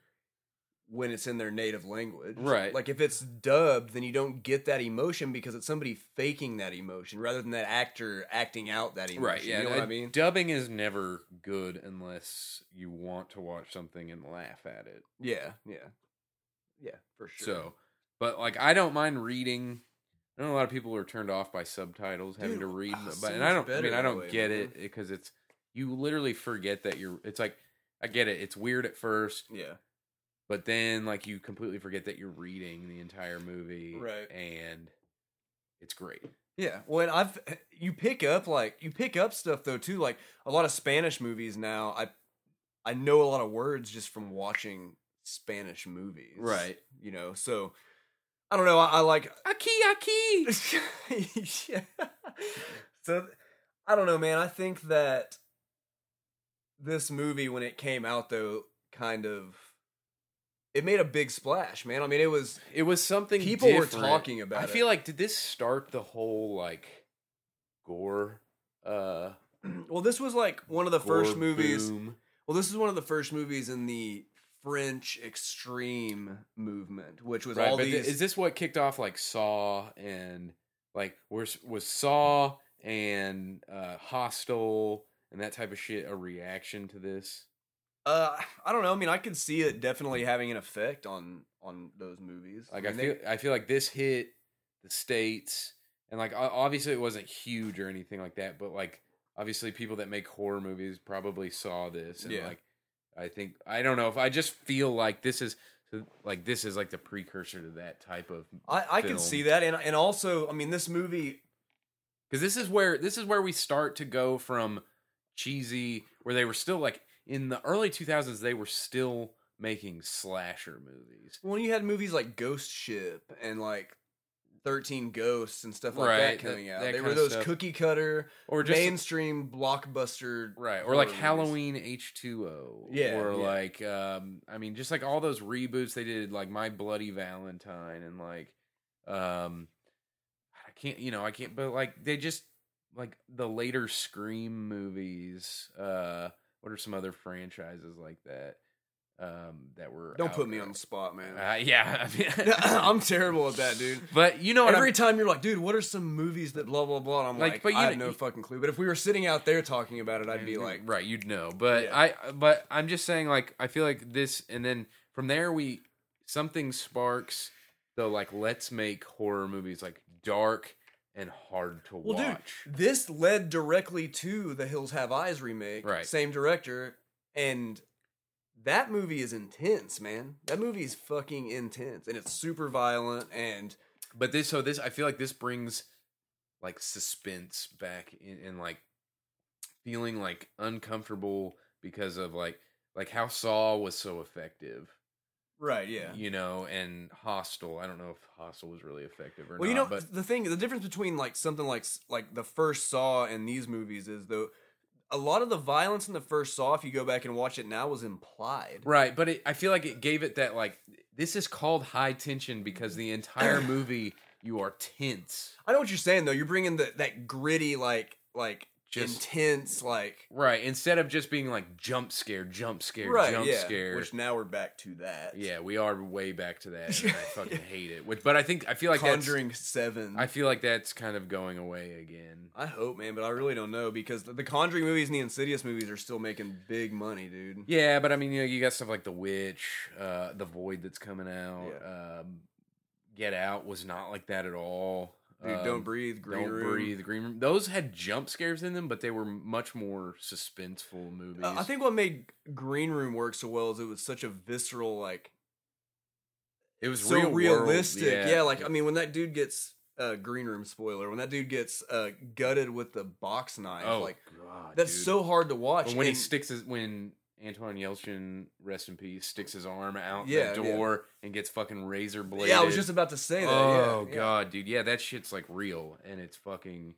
[SPEAKER 1] when it's in their native language.
[SPEAKER 2] Right.
[SPEAKER 1] Like if it's dubbed, then you don't get that emotion because it's somebody faking that emotion rather than that actor acting out that emotion.
[SPEAKER 2] right yeah
[SPEAKER 1] You know what I
[SPEAKER 2] and
[SPEAKER 1] mean?
[SPEAKER 2] dubbing is never good unless you want to watch something and laugh at it
[SPEAKER 1] Yeah, yeah. Yeah, for sure.
[SPEAKER 2] so but like i don't mind reading I know a lot of people are turned off by subtitles having
[SPEAKER 1] Dude,
[SPEAKER 2] to read,
[SPEAKER 1] ah,
[SPEAKER 2] but
[SPEAKER 1] so
[SPEAKER 2] and I
[SPEAKER 1] much
[SPEAKER 2] don't. I mean,
[SPEAKER 1] better
[SPEAKER 2] I
[SPEAKER 1] that
[SPEAKER 2] don't
[SPEAKER 1] way,
[SPEAKER 2] get
[SPEAKER 1] man.
[SPEAKER 2] it because it's you literally forget that you're. It's like I get it. It's weird at first,
[SPEAKER 1] yeah.
[SPEAKER 2] but then like you completely forget that you're reading the entire movie,
[SPEAKER 1] Right.
[SPEAKER 2] And it's great.
[SPEAKER 1] Yeah, well, and I've you pick up like you pick up stuff though too. Like a lot of Spanish movies now, I I know a lot of words just from watching Spanish movies,
[SPEAKER 2] Right.
[SPEAKER 1] You know, so I don't know. I, I like,
[SPEAKER 2] Aki aki.
[SPEAKER 1] yeah. So I don't know, man. I think that this movie, when it came out, though, kind of it made a big splash, man. I mean, it was
[SPEAKER 2] It was something
[SPEAKER 1] people were
[SPEAKER 2] different.
[SPEAKER 1] talking about.
[SPEAKER 2] I
[SPEAKER 1] it.
[SPEAKER 2] feel like did this start the whole like gore? Uh,
[SPEAKER 1] well, this was like one of the first
[SPEAKER 2] gore
[SPEAKER 1] movies.
[SPEAKER 2] boom?
[SPEAKER 1] Well, this is one of the first movies in the French extreme movement, which was all
[SPEAKER 2] but thi-
[SPEAKER 1] these.
[SPEAKER 2] is this what kicked off like Saw and like was was Saw and uh Hostel and that type of shit a reaction to this?
[SPEAKER 1] uh, I don't know. I mean, I could see it definitely having an effect on on those movies.
[SPEAKER 2] Like I
[SPEAKER 1] mean, they-
[SPEAKER 2] feel I feel like this hit the states and like o- obviously it wasn't huge or anything like that, but like obviously people that make horror movies probably saw this and
[SPEAKER 1] Yeah.
[SPEAKER 2] like I think I don't know if I just feel like this is like this is like the precursor to that type of
[SPEAKER 1] I, I could
[SPEAKER 2] film.
[SPEAKER 1] see that, and and also, I mean, this movie.
[SPEAKER 2] because this is where this is where we start to go from cheesy where they were still like in the early 2000s they were still making slasher movies
[SPEAKER 1] When you had movies like Ghost Ship and like Thirteen Ghosts and stuff like
[SPEAKER 2] Right, that-
[SPEAKER 1] that coming out.
[SPEAKER 2] that
[SPEAKER 1] they were
[SPEAKER 2] kinda
[SPEAKER 1] those
[SPEAKER 2] stuff.
[SPEAKER 1] cookie cutter
[SPEAKER 2] or just
[SPEAKER 1] mainstream blockbuster.
[SPEAKER 2] right or
[SPEAKER 1] horror
[SPEAKER 2] like
[SPEAKER 1] movies.
[SPEAKER 2] Halloween H two O.
[SPEAKER 1] Yeah,
[SPEAKER 2] or
[SPEAKER 1] yeah.
[SPEAKER 2] like um, I mean, just like all those reboots they did, like My Bloody Valentine and like um, I can't you know I can't, but like they just like the later Scream movies. Uh, what are some other franchises like that? Um, that were
[SPEAKER 1] Don't
[SPEAKER 2] out
[SPEAKER 1] put me
[SPEAKER 2] there?
[SPEAKER 1] on the spot, man.
[SPEAKER 2] Uh, yeah, I mean,
[SPEAKER 1] I'm terrible at that, dude.
[SPEAKER 2] But you know what?
[SPEAKER 1] Every
[SPEAKER 2] I'm,
[SPEAKER 1] time you're like, dude, what are some movies that blah blah blah? And I'm
[SPEAKER 2] Like,
[SPEAKER 1] like,
[SPEAKER 2] but you Mm-hmm.
[SPEAKER 1] I have
[SPEAKER 2] know-
[SPEAKER 1] no fucking clue. But if we were sitting out there talking about it, I'd be like,
[SPEAKER 2] right, you'd know. But
[SPEAKER 1] Yeah.
[SPEAKER 2] I, but I'm just saying, like, I feel like this, and then from there we something sparks the like, let's make horror movies like dark and hard to
[SPEAKER 1] Well, dude,
[SPEAKER 2] watch.
[SPEAKER 1] this led directly to the Hills Have Eyes remake,
[SPEAKER 2] Right.
[SPEAKER 1] Same director, and that movie is intense, man. That movie is fucking intense, and it's super violent. And
[SPEAKER 2] But this, so this, I feel like this brings like suspense back in, and like feeling like uncomfortable because of like like how Saw was so effective.
[SPEAKER 1] right, yeah.
[SPEAKER 2] you know, and Hostel. I don't know if Hostel was really effective or
[SPEAKER 1] Well,
[SPEAKER 2] not.
[SPEAKER 1] you know
[SPEAKER 2] but
[SPEAKER 1] the thing, the difference between like something like s- like the first Saw and these movies is though a lot of the violence in the first Saw, if you go back and watch it now, was implied.
[SPEAKER 2] right, but it, I feel like it gave it that like this is called high tension because the entire movie you are tense.
[SPEAKER 1] I know what you're saying though. You're bringing the, that gritty, like like
[SPEAKER 2] Just-
[SPEAKER 1] intense, like
[SPEAKER 2] Right, instead of just being like jump scare, jump scare,
[SPEAKER 1] right,
[SPEAKER 2] jump
[SPEAKER 1] yeah.
[SPEAKER 2] scare.
[SPEAKER 1] Which now we're back to that.
[SPEAKER 2] yeah, we are way back to that. And I fucking hate it. Which, but I think I feel like
[SPEAKER 1] Conjuring Seven.
[SPEAKER 2] That's, I
[SPEAKER 1] I,
[SPEAKER 2] feel like that's kind of going away again.
[SPEAKER 1] hope, man, but I really don't know because the, the Conjuring movies and the Insidious movies are still making big money, dude.
[SPEAKER 2] Yeah, but I mean, you know, you got stuff like The Witch, uh, The Void that's coming out. Um, Get Out was not like that at all.
[SPEAKER 1] Dude,
[SPEAKER 2] Um,
[SPEAKER 1] don't breathe, Green
[SPEAKER 2] Don't
[SPEAKER 1] Room.
[SPEAKER 2] breathe. Green room. Those had jump scares in them, but they were much more suspenseful movies.
[SPEAKER 1] Uh, I think what made Green Room work so well is it was such a visceral, like
[SPEAKER 2] it was
[SPEAKER 1] so
[SPEAKER 2] real world,
[SPEAKER 1] realistic. Yeah. like I mean, when that dude gets uh, Green Room spoiler, when that dude gets uh, gutted with the box knife,
[SPEAKER 2] oh
[SPEAKER 1] like
[SPEAKER 2] god,
[SPEAKER 1] that's
[SPEAKER 2] dude.
[SPEAKER 1] so hard to watch.
[SPEAKER 2] But when he
[SPEAKER 1] and-
[SPEAKER 2] sticks his when Antoine Yelchin, rest in peace, sticks his arm out
[SPEAKER 1] Yeah,
[SPEAKER 2] the
[SPEAKER 1] yeah.
[SPEAKER 2] door and gets fucking razor bladed.
[SPEAKER 1] Yeah, I was just about to say that.
[SPEAKER 2] oh
[SPEAKER 1] yeah,
[SPEAKER 2] god, dude, yeah, that shit's like real and it's fucking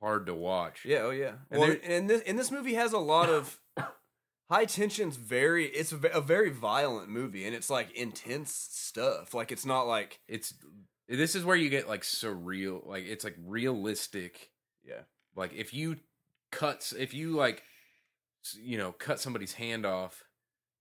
[SPEAKER 2] hard to watch.
[SPEAKER 1] Yeah, yeah oh yeah.
[SPEAKER 2] And
[SPEAKER 1] And, well,
[SPEAKER 2] there-
[SPEAKER 1] and this and this movie has a lot of high tensions. Very, it's a, ve- a very violent movie, and it's like intense stuff. Like it's not like
[SPEAKER 2] it's this is where you get like surreal like it's like realistic
[SPEAKER 1] Yeah.
[SPEAKER 2] like if you cuts if you like s- you know cut somebody's hand off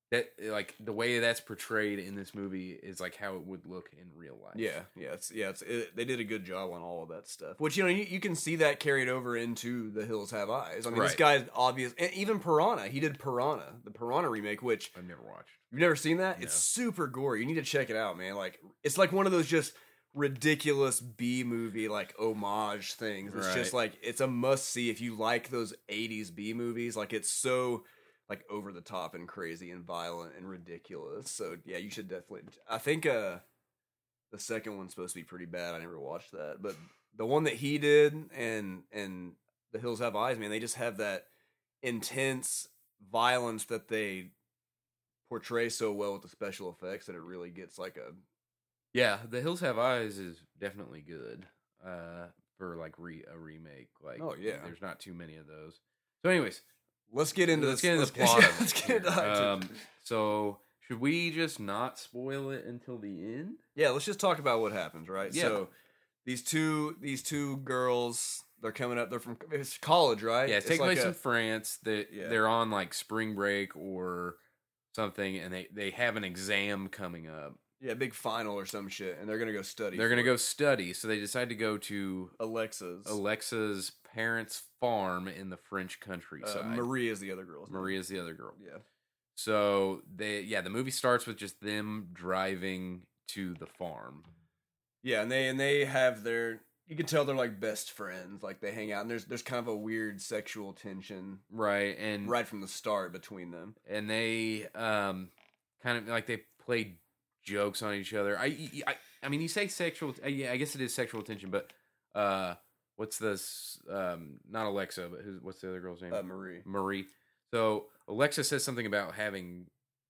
[SPEAKER 2] that like the way that's portrayed in this movie is like how it would look in real life
[SPEAKER 1] yeah, yeah, it's yeah. It's it, they did a good job on all of that stuff. Which you know you, you can see that carried over into The Hills Have Eyes. I mean, this
[SPEAKER 2] Right.
[SPEAKER 1] guy's obvious. And even Piranha, he did Piranha, the Piranha remake, which
[SPEAKER 2] i've never watched
[SPEAKER 1] You've never seen that? It's
[SPEAKER 2] No.
[SPEAKER 1] super gory. You need to check it out, man. Like it's like one of those just ridiculous B movie like homage things. It's just like it's a must see if you like those 80s B movies. Like it's so like over the top and crazy and violent and ridiculous. So yeah, you should definitely I think uh the second one's supposed to be pretty bad. I never watched that. But the one that he did and and The Hills Have Eyes, man, they just have that intense violence that they portray so well with the special effects that it really gets like a
[SPEAKER 2] yeah the hills have eyes is definitely good uh for like re a remake like
[SPEAKER 1] Oh, yeah.
[SPEAKER 2] there's not too many of those so anyways
[SPEAKER 1] let's get into
[SPEAKER 2] let's
[SPEAKER 1] this
[SPEAKER 2] get into the
[SPEAKER 1] let's
[SPEAKER 2] plot of it
[SPEAKER 1] let's get into
[SPEAKER 2] here.
[SPEAKER 1] high
[SPEAKER 2] um,
[SPEAKER 1] tension.
[SPEAKER 2] so should we just not spoil it until the end
[SPEAKER 1] yeah let's just talk about what happens right
[SPEAKER 2] Yeah.
[SPEAKER 1] so these two these two girls they're coming up they're from it's college right
[SPEAKER 2] Yeah, it's
[SPEAKER 1] it's
[SPEAKER 2] taking
[SPEAKER 1] like
[SPEAKER 2] place
[SPEAKER 1] a-
[SPEAKER 2] in France. That
[SPEAKER 1] Yeah.
[SPEAKER 2] they're on like spring break or something, and they they have an exam coming up.
[SPEAKER 1] yeah big final or some shit and they're gonna go study
[SPEAKER 2] They're gonna
[SPEAKER 1] for
[SPEAKER 2] go study, so they decide to go to
[SPEAKER 1] it. alexa's
[SPEAKER 2] Alexa's parents' farm in the French
[SPEAKER 1] uh,
[SPEAKER 2] countryside.
[SPEAKER 1] marie is the other girl's name.
[SPEAKER 2] Maria's the other girl.
[SPEAKER 1] yeah
[SPEAKER 2] So they yeah, the movie starts with just them driving to the farm.
[SPEAKER 1] yeah and they and they have their you can tell they're like best friends like they hang out and there's there's kind of a weird sexual tension
[SPEAKER 2] Right and
[SPEAKER 1] right from the start between them
[SPEAKER 2] and they um kind of like they play jokes on each other. I I, I mean, you say sexual. uh, Yeah, I guess it is sexual tension, but uh, what's this? Um, not Alexa, but who's what's the other girl's name?
[SPEAKER 1] uh, marie
[SPEAKER 2] Marie. So Alexa says something about having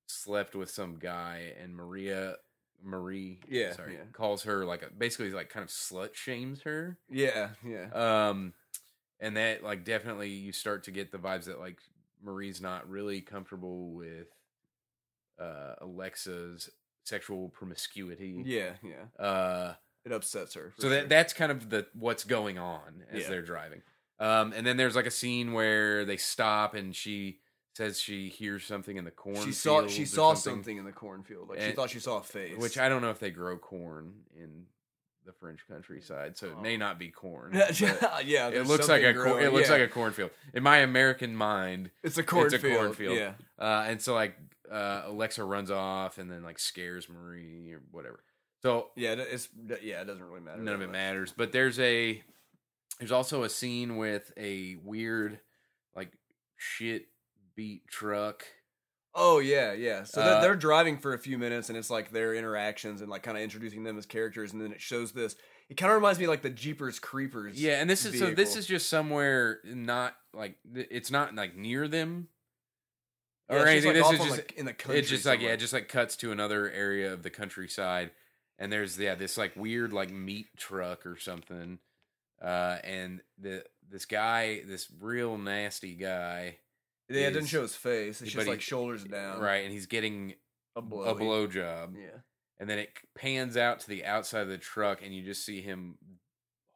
[SPEAKER 2] slept with some guy, and Maria Marie,
[SPEAKER 1] Yeah,
[SPEAKER 2] sorry,
[SPEAKER 1] yeah.
[SPEAKER 2] calls her like a, basically like kind of slut shames her.
[SPEAKER 1] Yeah, yeah.
[SPEAKER 2] Um, and that like definitely you start to get the vibes that like Marie's not really comfortable with uh Alexa's sexual promiscuity.
[SPEAKER 1] Yeah, yeah.
[SPEAKER 2] Uh,
[SPEAKER 1] It upsets her. for
[SPEAKER 2] so that
[SPEAKER 1] sure.
[SPEAKER 2] that's kind of the what's going on as
[SPEAKER 1] Yeah.
[SPEAKER 2] they're driving. Um, and then there's like a scene where they stop and she says she hears something in the corn.
[SPEAKER 1] she saw she
[SPEAKER 2] fields or
[SPEAKER 1] saw something. in the cornfield. Like she
[SPEAKER 2] And-
[SPEAKER 1] thought she saw a face.
[SPEAKER 2] which I don't know if they grow corn in the French countryside, so it may
[SPEAKER 1] Oh.
[SPEAKER 2] not be corn.
[SPEAKER 1] yeah,
[SPEAKER 2] but
[SPEAKER 1] yeah.
[SPEAKER 2] it looks like a cor- it looks like a cornfield in my American mind.
[SPEAKER 1] it's a cornfield.
[SPEAKER 2] cornfield.
[SPEAKER 1] Yeah,
[SPEAKER 2] Uh, and so like uh, Alexa runs off and then like scares Marie or whatever. So
[SPEAKER 1] yeah. it- It's yeah. It doesn't really matter.
[SPEAKER 2] none of
[SPEAKER 1] that
[SPEAKER 2] it
[SPEAKER 1] much.
[SPEAKER 2] matters. But there's a there's also a scene with a weird like shit beat truck.
[SPEAKER 1] Oh yeah, yeah. So they're,
[SPEAKER 2] Uh,
[SPEAKER 1] they're driving for a few minutes, and it's like their interactions and like kind of introducing them as characters, and then it shows this. It kind of reminds me of, like the Jeepers Creepers.
[SPEAKER 2] Yeah, and this is so this
[SPEAKER 1] vehicle.
[SPEAKER 2] is just somewhere not like th- it's not like near them
[SPEAKER 1] Yeah,
[SPEAKER 2] or
[SPEAKER 1] it's
[SPEAKER 2] anything.
[SPEAKER 1] Just, like, off
[SPEAKER 2] this
[SPEAKER 1] on,
[SPEAKER 2] is just
[SPEAKER 1] like, in the country.
[SPEAKER 2] it's just like yeah,
[SPEAKER 1] somewhere.
[SPEAKER 2] it just like cuts to another area of the countryside, and there's yeah this like weird like meat truck or something, uh, and the this guy, this real nasty guy,
[SPEAKER 1] yeah. It doesn't
[SPEAKER 2] is-
[SPEAKER 1] show his face. It's
[SPEAKER 2] but
[SPEAKER 1] just
[SPEAKER 2] he-
[SPEAKER 1] like shoulders down.
[SPEAKER 2] right, and he's getting
[SPEAKER 1] A blow.
[SPEAKER 2] a blow job,
[SPEAKER 1] Yeah.
[SPEAKER 2] and then it pans out to the outside of the truck, and you just see him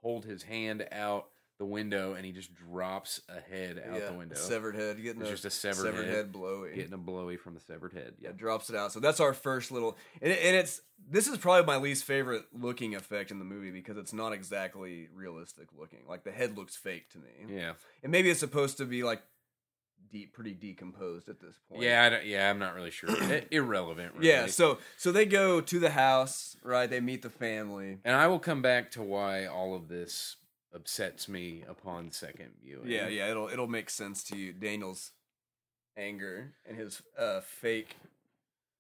[SPEAKER 2] hold his hand out the window, and he just drops a head out
[SPEAKER 1] yeah.
[SPEAKER 2] the window.
[SPEAKER 1] Severed head. You're Getting
[SPEAKER 2] it's
[SPEAKER 1] a
[SPEAKER 2] just a
[SPEAKER 1] severed,
[SPEAKER 2] severed, head,
[SPEAKER 1] head, blowy.
[SPEAKER 2] getting a blowy from the severed head.
[SPEAKER 1] yeah
[SPEAKER 2] Yeah,
[SPEAKER 1] drops it out so that's our first little and, it- and it's this is probably my least favorite looking effect in the movie because it's not exactly realistic looking like the head looks fake to me
[SPEAKER 2] yeah.
[SPEAKER 1] and maybe it's supposed to be like deep pretty decomposed at this point
[SPEAKER 2] Yeah, I don't, yeah, I'm not really sure. I- irrelevant, really.
[SPEAKER 1] yeah so so they go to the house right they meet the family
[SPEAKER 2] and I will come back to why all of this upsets me upon second viewing.
[SPEAKER 1] yeah yeah it'll it'll make sense to you daniel's anger and his uh fake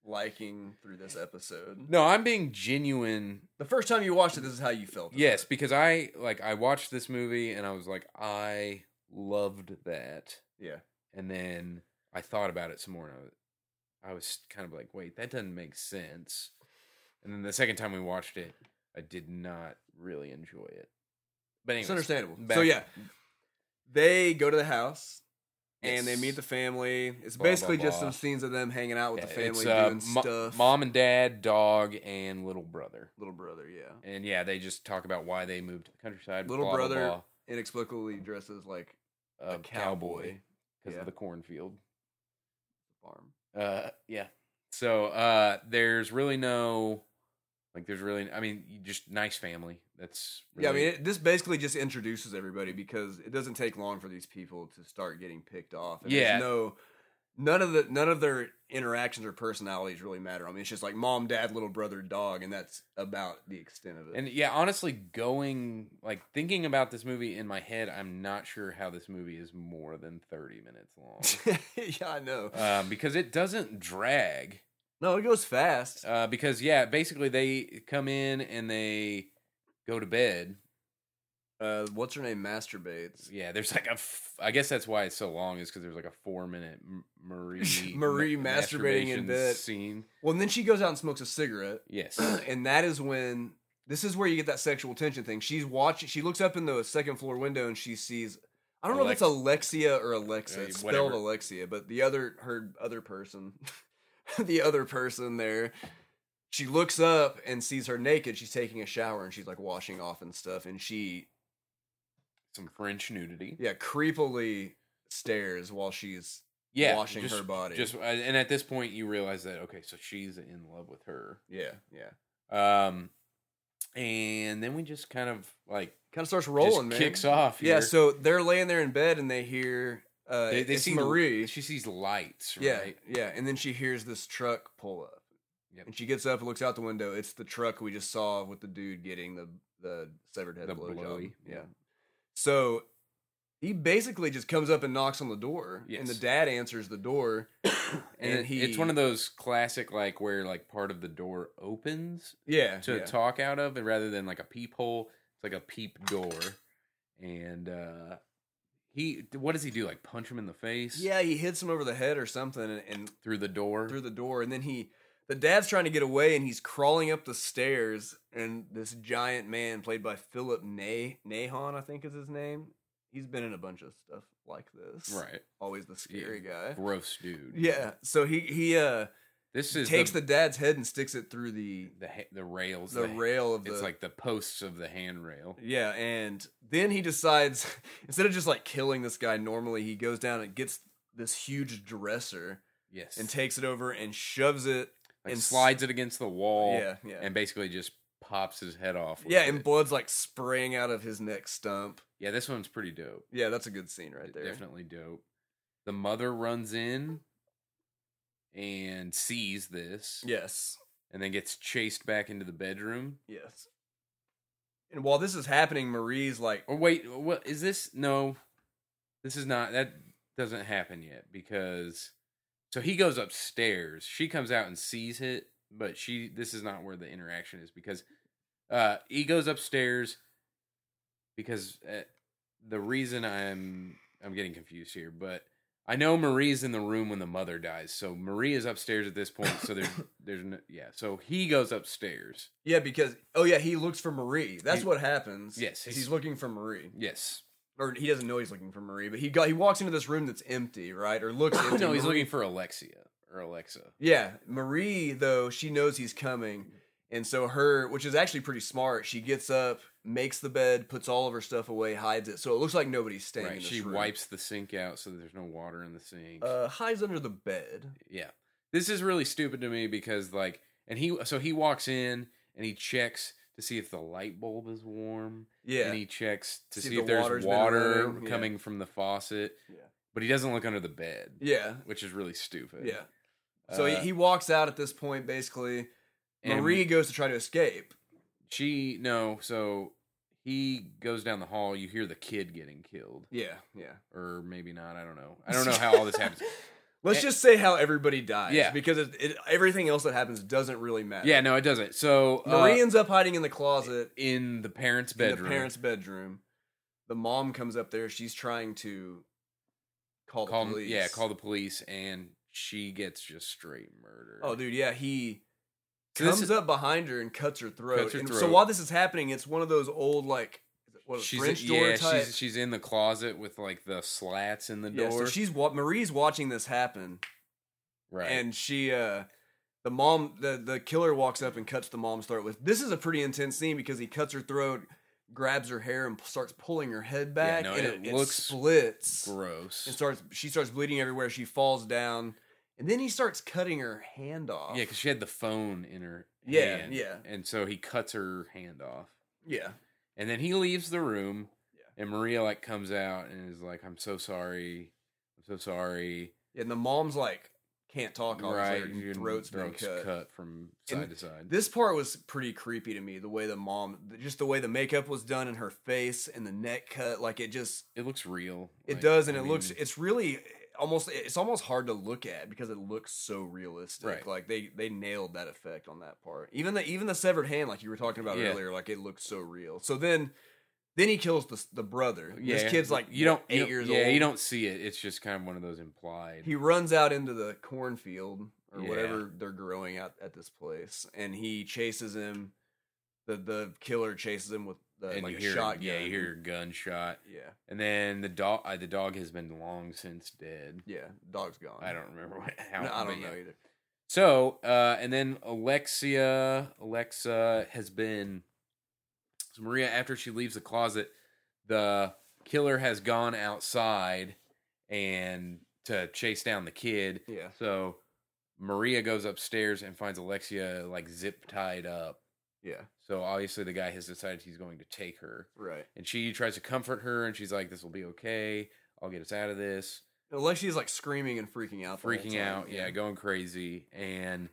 [SPEAKER 1] liking through this episode
[SPEAKER 2] No, I'm being genuine.
[SPEAKER 1] the first time you watched it this is how you felt about
[SPEAKER 2] Yes, because I like I watched this movie and I was like, I loved that,
[SPEAKER 1] it. yeah
[SPEAKER 2] and then I thought about it some more, and I was, I was kind of like, wait, that doesn't make sense. And then the second time we watched it, I did not really enjoy it. But anyways,
[SPEAKER 1] It's understandable. So
[SPEAKER 2] back-
[SPEAKER 1] yeah, they go to the house and they
[SPEAKER 2] Yes.
[SPEAKER 1] meet the family. It's
[SPEAKER 2] Blah, blah,
[SPEAKER 1] basically just
[SPEAKER 2] blah.
[SPEAKER 1] some scenes of them hanging out with the
[SPEAKER 2] Yeah,
[SPEAKER 1] family
[SPEAKER 2] it's, uh,
[SPEAKER 1] doing
[SPEAKER 2] mo-
[SPEAKER 1] stuff.
[SPEAKER 2] Mom and dad, dog, and little brother.
[SPEAKER 1] little brother, yeah,
[SPEAKER 2] And yeah, they just talk about why they moved to the countryside.
[SPEAKER 1] Little
[SPEAKER 2] blah, blah,
[SPEAKER 1] brother,
[SPEAKER 2] blah,
[SPEAKER 1] inexplicably dresses like
[SPEAKER 2] uh,
[SPEAKER 1] a cowboy.
[SPEAKER 2] because
[SPEAKER 1] Yeah.
[SPEAKER 2] of the cornfield.
[SPEAKER 1] farm.
[SPEAKER 2] Uh, yeah. So uh, there's really no like there's really I mean you just nice family. That's really,
[SPEAKER 1] Yeah, I mean it, this basically just introduces everybody because it doesn't take long for these people to start getting picked off. And there's
[SPEAKER 2] Yeah.
[SPEAKER 1] no. None of the none of their interactions or personalities really matter. I mean, it's just like mom, dad, little brother, dog, and that's about the extent of it.
[SPEAKER 2] and yeah, honestly, going like thinking about this movie in my head, I'm not sure how this movie is more than 30 minutes long.
[SPEAKER 1] yeah, I know.
[SPEAKER 2] um, because it doesn't drag.
[SPEAKER 1] No, it goes fast.
[SPEAKER 2] Uh, because yeah, basically they come in and they go to bed.
[SPEAKER 1] Uh, what's her name? Masturbates.
[SPEAKER 2] Yeah, there's like a. F- I guess that's why it's so long is because there's like a four minute M- Marie
[SPEAKER 1] Marie masturbating
[SPEAKER 2] ma-
[SPEAKER 1] in
[SPEAKER 2] masturbation
[SPEAKER 1] bed.
[SPEAKER 2] scene.
[SPEAKER 1] Well, and then she goes out and smokes a cigarette,
[SPEAKER 2] Yes,
[SPEAKER 1] and that is when this is where you get that sexual tension thing. She's watching. She looks up in the second floor window and she sees. I don't know if it's Alexia or Alexa.
[SPEAKER 2] Uh,
[SPEAKER 1] It's spelled
[SPEAKER 2] whatever.
[SPEAKER 1] Alexia, but the other her other person, the other person there. She looks up and sees her naked. She's taking a shower and she's like washing off and stuff. And she,
[SPEAKER 2] some French nudity.
[SPEAKER 1] yeah, creepily stares while she's
[SPEAKER 2] Yeah,
[SPEAKER 1] washing
[SPEAKER 2] just,
[SPEAKER 1] her body.
[SPEAKER 2] Just uh, and at this point you realize that okay, so she's in love with her.
[SPEAKER 1] yeah, yeah.
[SPEAKER 2] Um, and then we just kind of like
[SPEAKER 1] Kind of starts rolling, man.
[SPEAKER 2] just kicks off.
[SPEAKER 1] Yeah,
[SPEAKER 2] here.
[SPEAKER 1] so they're laying there in bed and they hear uh,
[SPEAKER 2] they, they
[SPEAKER 1] it's
[SPEAKER 2] see
[SPEAKER 1] Marie.
[SPEAKER 2] She sees lights.
[SPEAKER 1] yeah,
[SPEAKER 2] Right?
[SPEAKER 1] yeah, and then she hears this truck pull up,
[SPEAKER 2] Yep.
[SPEAKER 1] and she gets up and looks out the window. It's the truck we just saw with the dude getting the the severed head
[SPEAKER 2] The
[SPEAKER 1] blow job.
[SPEAKER 2] blowy,
[SPEAKER 1] Yeah.
[SPEAKER 2] yeah.
[SPEAKER 1] so he basically just comes up and knocks on the door, and the
[SPEAKER 2] Yes.
[SPEAKER 1] dad answers the door, and,
[SPEAKER 2] and
[SPEAKER 1] then
[SPEAKER 2] it-
[SPEAKER 1] he
[SPEAKER 2] it's one of those classic like where like part of the door opens
[SPEAKER 1] yeah
[SPEAKER 2] to
[SPEAKER 1] yeah.
[SPEAKER 2] talk out of and rather than like a peephole it's like a peep door and uh he what does he do like punch him in the face
[SPEAKER 1] yeah he hits him over the head or something and, and
[SPEAKER 2] through the door
[SPEAKER 1] through the door, and then he the dad's trying to get away and he's crawling up the stairs and this giant man played by Philip Nay Nahon, I think is his name. He's been in a bunch of stuff like this.
[SPEAKER 2] Right.
[SPEAKER 1] Always the scary guy.
[SPEAKER 2] Gross dude.
[SPEAKER 1] Yeah. So he he uh
[SPEAKER 2] This is
[SPEAKER 1] takes the,
[SPEAKER 2] the
[SPEAKER 1] dad's head and sticks it through the
[SPEAKER 2] the, ha- the rails.
[SPEAKER 1] the rail of the
[SPEAKER 2] It's like the posts of the handrail.
[SPEAKER 1] yeah, and then he decides instead of just like killing this guy normally, he goes down and gets this huge dresser
[SPEAKER 2] Yes.
[SPEAKER 1] and takes it over and shoves it.
[SPEAKER 2] Like,
[SPEAKER 1] and s-
[SPEAKER 2] slides it against the wall.
[SPEAKER 1] yeah, yeah,
[SPEAKER 2] And basically just pops his head off. with
[SPEAKER 1] yeah,
[SPEAKER 2] it.
[SPEAKER 1] and blood's like spraying out of his neck stump.
[SPEAKER 2] yeah, this one's pretty dope.
[SPEAKER 1] Yeah, that's a good scene right there.
[SPEAKER 2] Definitely dope. The mother runs in and sees this,
[SPEAKER 1] Yes,
[SPEAKER 2] and then gets chased back into the bedroom.
[SPEAKER 1] yes. And while this is happening, Marie's like, oh,
[SPEAKER 2] Or wait, what is this? No, this is not. That doesn't happen yet because so he goes upstairs. She comes out and sees it, but she this is not where the interaction is because uh he goes upstairs because uh, the reason I'm I'm getting confused here, but I know Marie's in the room when the mother dies. So Marie is upstairs at this point. So there's there's no, yeah. So he goes upstairs.
[SPEAKER 1] yeah, because oh yeah, he looks for Marie. That's
[SPEAKER 2] He-
[SPEAKER 1] what happens.
[SPEAKER 2] Yes,
[SPEAKER 1] is
[SPEAKER 2] he's-
[SPEAKER 1] he's looking for Marie.
[SPEAKER 2] Yes.
[SPEAKER 1] or he doesn't know he's looking for Marie, but he got he walks into this room that's empty, right? Or looks empty.
[SPEAKER 2] no, he's
[SPEAKER 1] Marie-
[SPEAKER 2] looking for Alexia or Alexa.
[SPEAKER 1] Yeah, Marie though she knows he's coming, and so her, which is actually pretty smart, she gets up, makes the bed, puts all of her stuff away, hides it, so it looks like nobody's staying. in
[SPEAKER 2] Right.
[SPEAKER 1] this
[SPEAKER 2] She
[SPEAKER 1] room.
[SPEAKER 2] wipes the sink out so that there's no water in the sink.
[SPEAKER 1] Uh, hides under the bed.
[SPEAKER 2] yeah. This is really stupid to me because like and he so he walks in and he checks to see if the light bulb is warm
[SPEAKER 1] Yeah,
[SPEAKER 2] and he checks to
[SPEAKER 1] See
[SPEAKER 2] see,
[SPEAKER 1] if
[SPEAKER 2] if
[SPEAKER 1] the
[SPEAKER 2] there's
[SPEAKER 1] water's been
[SPEAKER 2] water
[SPEAKER 1] running, yeah.
[SPEAKER 2] coming from the faucet.
[SPEAKER 1] Yeah.
[SPEAKER 2] But he doesn't look under the bed,
[SPEAKER 1] yeah,
[SPEAKER 2] which is really stupid.
[SPEAKER 1] yeah. So he,
[SPEAKER 2] Uh,
[SPEAKER 1] he walks out at this point, basically.
[SPEAKER 2] and
[SPEAKER 1] Marie goes to try to escape.
[SPEAKER 2] she no, so he goes down the hall, you hear the kid getting killed
[SPEAKER 1] Yeah, yeah.
[SPEAKER 2] or maybe not, I don't know. I don't know how all this happens.
[SPEAKER 1] Let's
[SPEAKER 2] And-
[SPEAKER 1] just say how everybody dies.
[SPEAKER 2] Yeah.
[SPEAKER 1] because it, it, everything else that happens doesn't really matter.
[SPEAKER 2] Yeah, no, it doesn't. So uh,
[SPEAKER 1] Marie ends up hiding in the closet
[SPEAKER 2] in the parents'
[SPEAKER 1] in
[SPEAKER 2] bedroom.
[SPEAKER 1] the parents' bedroom. The mom comes up there. She's trying to call the
[SPEAKER 2] call
[SPEAKER 1] police.
[SPEAKER 2] yeah call the police and she gets just straight murdered
[SPEAKER 1] Oh, dude, yeah, he
[SPEAKER 2] So this
[SPEAKER 1] comes
[SPEAKER 2] is-
[SPEAKER 1] up behind her and cuts her throat.
[SPEAKER 2] Cuts her
[SPEAKER 1] And so
[SPEAKER 2] throat.
[SPEAKER 1] while this is happening, it's one of those old like what,
[SPEAKER 2] she's
[SPEAKER 1] French door
[SPEAKER 2] yeah
[SPEAKER 1] type.
[SPEAKER 2] she's she's in the closet with like the slats in the
[SPEAKER 1] yeah, so
[SPEAKER 2] door
[SPEAKER 1] she's wa- Marie's watching this happen,
[SPEAKER 2] right
[SPEAKER 1] and she uh the mom the the killer walks up and cuts the mom's throat with. This is a pretty intense scene because he cuts her throat, grabs her hair, and starts pulling her head back,
[SPEAKER 2] no,
[SPEAKER 1] and
[SPEAKER 2] it
[SPEAKER 1] it, it
[SPEAKER 2] looks
[SPEAKER 1] splits. and
[SPEAKER 2] gross
[SPEAKER 1] starts she starts bleeding everywhere she falls down and then he starts cutting her hand off
[SPEAKER 2] yeah because she had the phone in her
[SPEAKER 1] Yeah,
[SPEAKER 2] hand,
[SPEAKER 1] yeah.
[SPEAKER 2] and so he cuts her hand off
[SPEAKER 1] yeah
[SPEAKER 2] and then he leaves the room
[SPEAKER 1] Yeah.
[SPEAKER 2] and maria like comes out and is like i'm so sorry i'm so sorry
[SPEAKER 1] and the mom's like can't talk obviously right,
[SPEAKER 2] your
[SPEAKER 1] her throat's been cut.
[SPEAKER 2] from
[SPEAKER 1] And
[SPEAKER 2] side to side
[SPEAKER 1] this part was pretty creepy to me the way the mom just the way the makeup was done in her face and the neck cut like it just
[SPEAKER 2] it looks real
[SPEAKER 1] it
[SPEAKER 2] Like,
[SPEAKER 1] does and
[SPEAKER 2] I
[SPEAKER 1] it looks
[SPEAKER 2] mean,
[SPEAKER 1] it's really almost it's almost hard to look at because it looks so realistic
[SPEAKER 2] Right.
[SPEAKER 1] like they they nailed that effect on that part even the even the severed hand like you were talking about
[SPEAKER 2] Yeah.
[SPEAKER 1] earlier like it looked so real so then then he kills the, the brother this kid's like
[SPEAKER 2] you don't
[SPEAKER 1] eight
[SPEAKER 2] you don't-
[SPEAKER 1] years
[SPEAKER 2] yeah,
[SPEAKER 1] old
[SPEAKER 2] you don't see it. It's just kind of one of those implied.
[SPEAKER 1] he runs out into the cornfield or
[SPEAKER 2] Yeah.
[SPEAKER 1] whatever they're growing out at this place and he chases him the the killer chases him with the,
[SPEAKER 2] and
[SPEAKER 1] like
[SPEAKER 2] you
[SPEAKER 1] a
[SPEAKER 2] hear
[SPEAKER 1] shotgun
[SPEAKER 2] yeah, you hear a gunshot,
[SPEAKER 1] yeah
[SPEAKER 2] and then the dog uh, the dog has been long since dead.
[SPEAKER 1] yeah dog's gone
[SPEAKER 2] I don't remember what, how.
[SPEAKER 1] No, I
[SPEAKER 2] but
[SPEAKER 1] don't know
[SPEAKER 2] yeah.
[SPEAKER 1] either
[SPEAKER 2] So uh, and then Alexia Alexa has been so Maria after she leaves the closet, the killer has gone outside and to chase down the kid.
[SPEAKER 1] yeah
[SPEAKER 2] So Maria goes upstairs and finds Alexia like zip tied up
[SPEAKER 1] yeah
[SPEAKER 2] So obviously the guy has decided he's going to take her.
[SPEAKER 1] right
[SPEAKER 2] And she tries to comfort her and she's like, This will be okay. I'll get us out of this.
[SPEAKER 1] Alexia's like screaming and freaking out, the whole
[SPEAKER 2] Freaking
[SPEAKER 1] time,
[SPEAKER 2] out, yeah, going crazy. And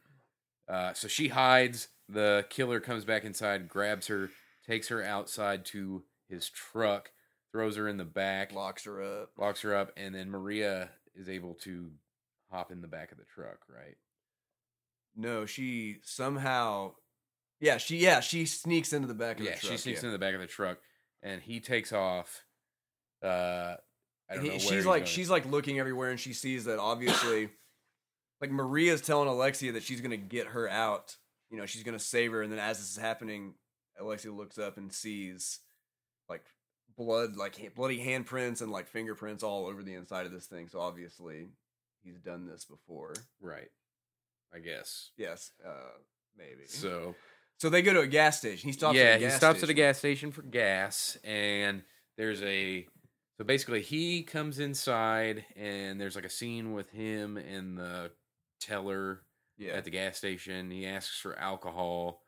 [SPEAKER 2] uh, so she hides. The killer comes back inside, grabs her, takes her outside to his truck, throws her in the back,
[SPEAKER 1] locks her up.
[SPEAKER 2] locks her up, and then Maria is able to hop in the back of the truck, right?
[SPEAKER 1] No, she somehow, yeah, she yeah she sneaks into the back of
[SPEAKER 2] yeah,
[SPEAKER 1] the truck.
[SPEAKER 2] she sneaks into the back of the truck and he takes off. Uh, I
[SPEAKER 1] And
[SPEAKER 2] don't
[SPEAKER 1] he-
[SPEAKER 2] know. where
[SPEAKER 1] she's
[SPEAKER 2] he's
[SPEAKER 1] like
[SPEAKER 2] going.
[SPEAKER 1] she's like looking everywhere, and she sees that obviously like Maria's telling Alexia that she's gonna get her out. You know, she's gonna save her, and then as this is happening, Alexia looks up and sees like blood, like ha- bloody handprints and like fingerprints all over the inside of this thing. So obviously, he's done this before.
[SPEAKER 2] Right. I guess.
[SPEAKER 1] Yes, uh, maybe. So,
[SPEAKER 2] So
[SPEAKER 1] they go to a gas station. He stops.
[SPEAKER 2] yeah,
[SPEAKER 1] at a
[SPEAKER 2] he
[SPEAKER 1] gas
[SPEAKER 2] stops at a
[SPEAKER 1] station.
[SPEAKER 2] gas station for gas, and there's a so basically he comes inside, and there's like a scene with him and the teller
[SPEAKER 1] Yeah,
[SPEAKER 2] at the gas station. He asks for alcohol,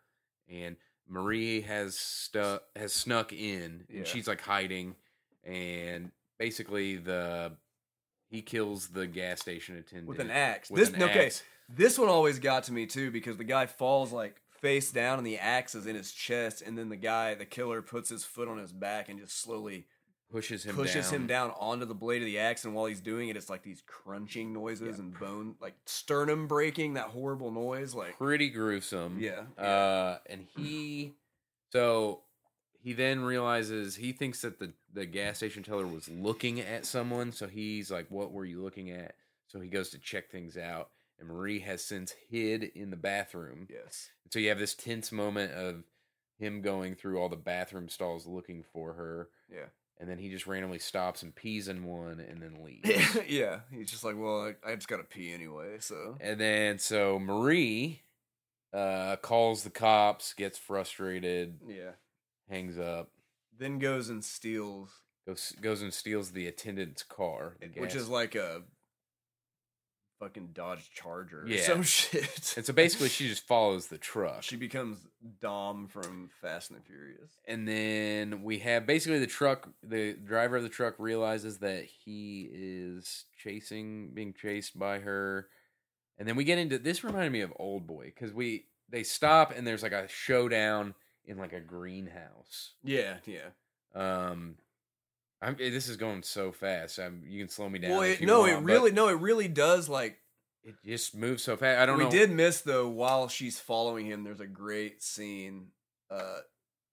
[SPEAKER 2] and Marie has stu- has snuck in, and
[SPEAKER 1] Yeah.
[SPEAKER 2] she's like hiding, and basically the he kills the gas station attendant
[SPEAKER 1] with an axe.
[SPEAKER 2] with
[SPEAKER 1] This
[SPEAKER 2] an
[SPEAKER 1] okay.
[SPEAKER 2] axe.
[SPEAKER 1] This one always got to me too because the guy falls like face down and the axe is in his chest, and then the guy, the killer, puts his foot on his back and just slowly
[SPEAKER 2] pushes him
[SPEAKER 1] pushes
[SPEAKER 2] down.
[SPEAKER 1] him down onto the blade of the axe. And while he's doing it, it's like these crunching noises
[SPEAKER 2] Yeah.
[SPEAKER 1] and bone, like sternum breaking, that horrible noise. Like,
[SPEAKER 2] pretty gruesome.
[SPEAKER 1] yeah,
[SPEAKER 2] Uh, and he, so he then realizes he thinks that the the gas station teller was looking at someone. So he's like, "What were you looking at?" So he goes to check things out, and Marie has since hid in the bathroom.
[SPEAKER 1] yes,
[SPEAKER 2] So you have this tense moment of him going through all the bathroom stalls looking for her.
[SPEAKER 1] Yeah.
[SPEAKER 2] And then he just randomly stops and pees in one and then leaves.
[SPEAKER 1] yeah. He's just like, well, I, I just gotta pee anyway, so
[SPEAKER 2] And then so Marie uh, calls the cops, gets frustrated,
[SPEAKER 1] yeah.
[SPEAKER 2] hangs up,
[SPEAKER 1] Then goes and steals,
[SPEAKER 2] goes goes and steals the attendant's car, the
[SPEAKER 1] which
[SPEAKER 2] gas-
[SPEAKER 1] is like a fucking Dodge Charger, or
[SPEAKER 2] Yeah.
[SPEAKER 1] some shit.
[SPEAKER 2] and so basically she just follows the truck.
[SPEAKER 1] She becomes Dom from Fast and the Furious.
[SPEAKER 2] and then we have basically the truck. The driver of the truck realizes that he is chasing, being chased by her, and then we get into this. Reminded me of Old Boy because we they stop and there's like a showdown in like a greenhouse.
[SPEAKER 1] Yeah, yeah.
[SPEAKER 2] Um, I'm eh, this is going so fast. I'm, you can slow me down.
[SPEAKER 1] well,
[SPEAKER 2] if
[SPEAKER 1] it,
[SPEAKER 2] you
[SPEAKER 1] no,
[SPEAKER 2] want,
[SPEAKER 1] it
[SPEAKER 2] but
[SPEAKER 1] really, no, it really does. Like
[SPEAKER 2] it just moves so fast. I don't
[SPEAKER 1] we
[SPEAKER 2] know.
[SPEAKER 1] did miss though. While she's following him, there's a great scene. Uh,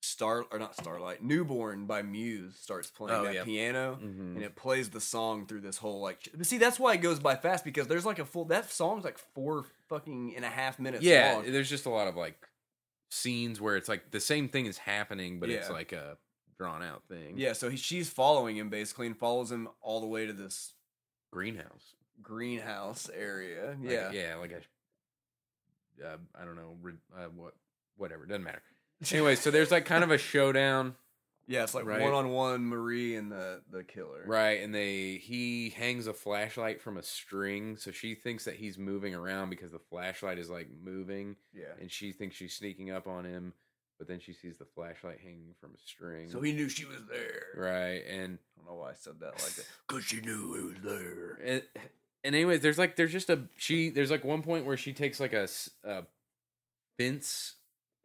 [SPEAKER 1] Star or not Starlight, Newborn by Muse starts playing
[SPEAKER 2] Oh,
[SPEAKER 1] that
[SPEAKER 2] yeah.
[SPEAKER 1] piano,
[SPEAKER 2] Mhm.
[SPEAKER 1] and it plays the song through this whole like. ch- But see, that's why it goes by fast because there's like a full that song's like four fucking and a half minutes.
[SPEAKER 2] yeah,
[SPEAKER 1] long.
[SPEAKER 2] there's just a lot of like scenes where it's like the same thing is happening, but it's
[SPEAKER 1] Yeah.
[SPEAKER 2] like a drawn out thing.
[SPEAKER 1] yeah. So he, she's following him basically and follows him all the way to this
[SPEAKER 2] greenhouse.
[SPEAKER 1] greenhouse area.
[SPEAKER 2] Like,
[SPEAKER 1] Yeah,
[SPEAKER 2] yeah, like a, uh, I don't know, re- uh, what, whatever, doesn't matter. Anyway, so there's like kind of a showdown,
[SPEAKER 1] Yeah, it's like
[SPEAKER 2] Right.
[SPEAKER 1] one on one Marie and the the killer.
[SPEAKER 2] right? And they he hangs a flashlight from a string, so she thinks that he's moving around because the flashlight is like moving,
[SPEAKER 1] Yeah.
[SPEAKER 2] and she thinks she's sneaking up on him, but then she sees the flashlight hanging from a string.
[SPEAKER 1] So he knew she was there.
[SPEAKER 2] right, and
[SPEAKER 1] I don't know why I said that like that. Cause she knew it was there.
[SPEAKER 2] and, and anyways, there's like there's just a she there's like one point where she takes like a, s- a fence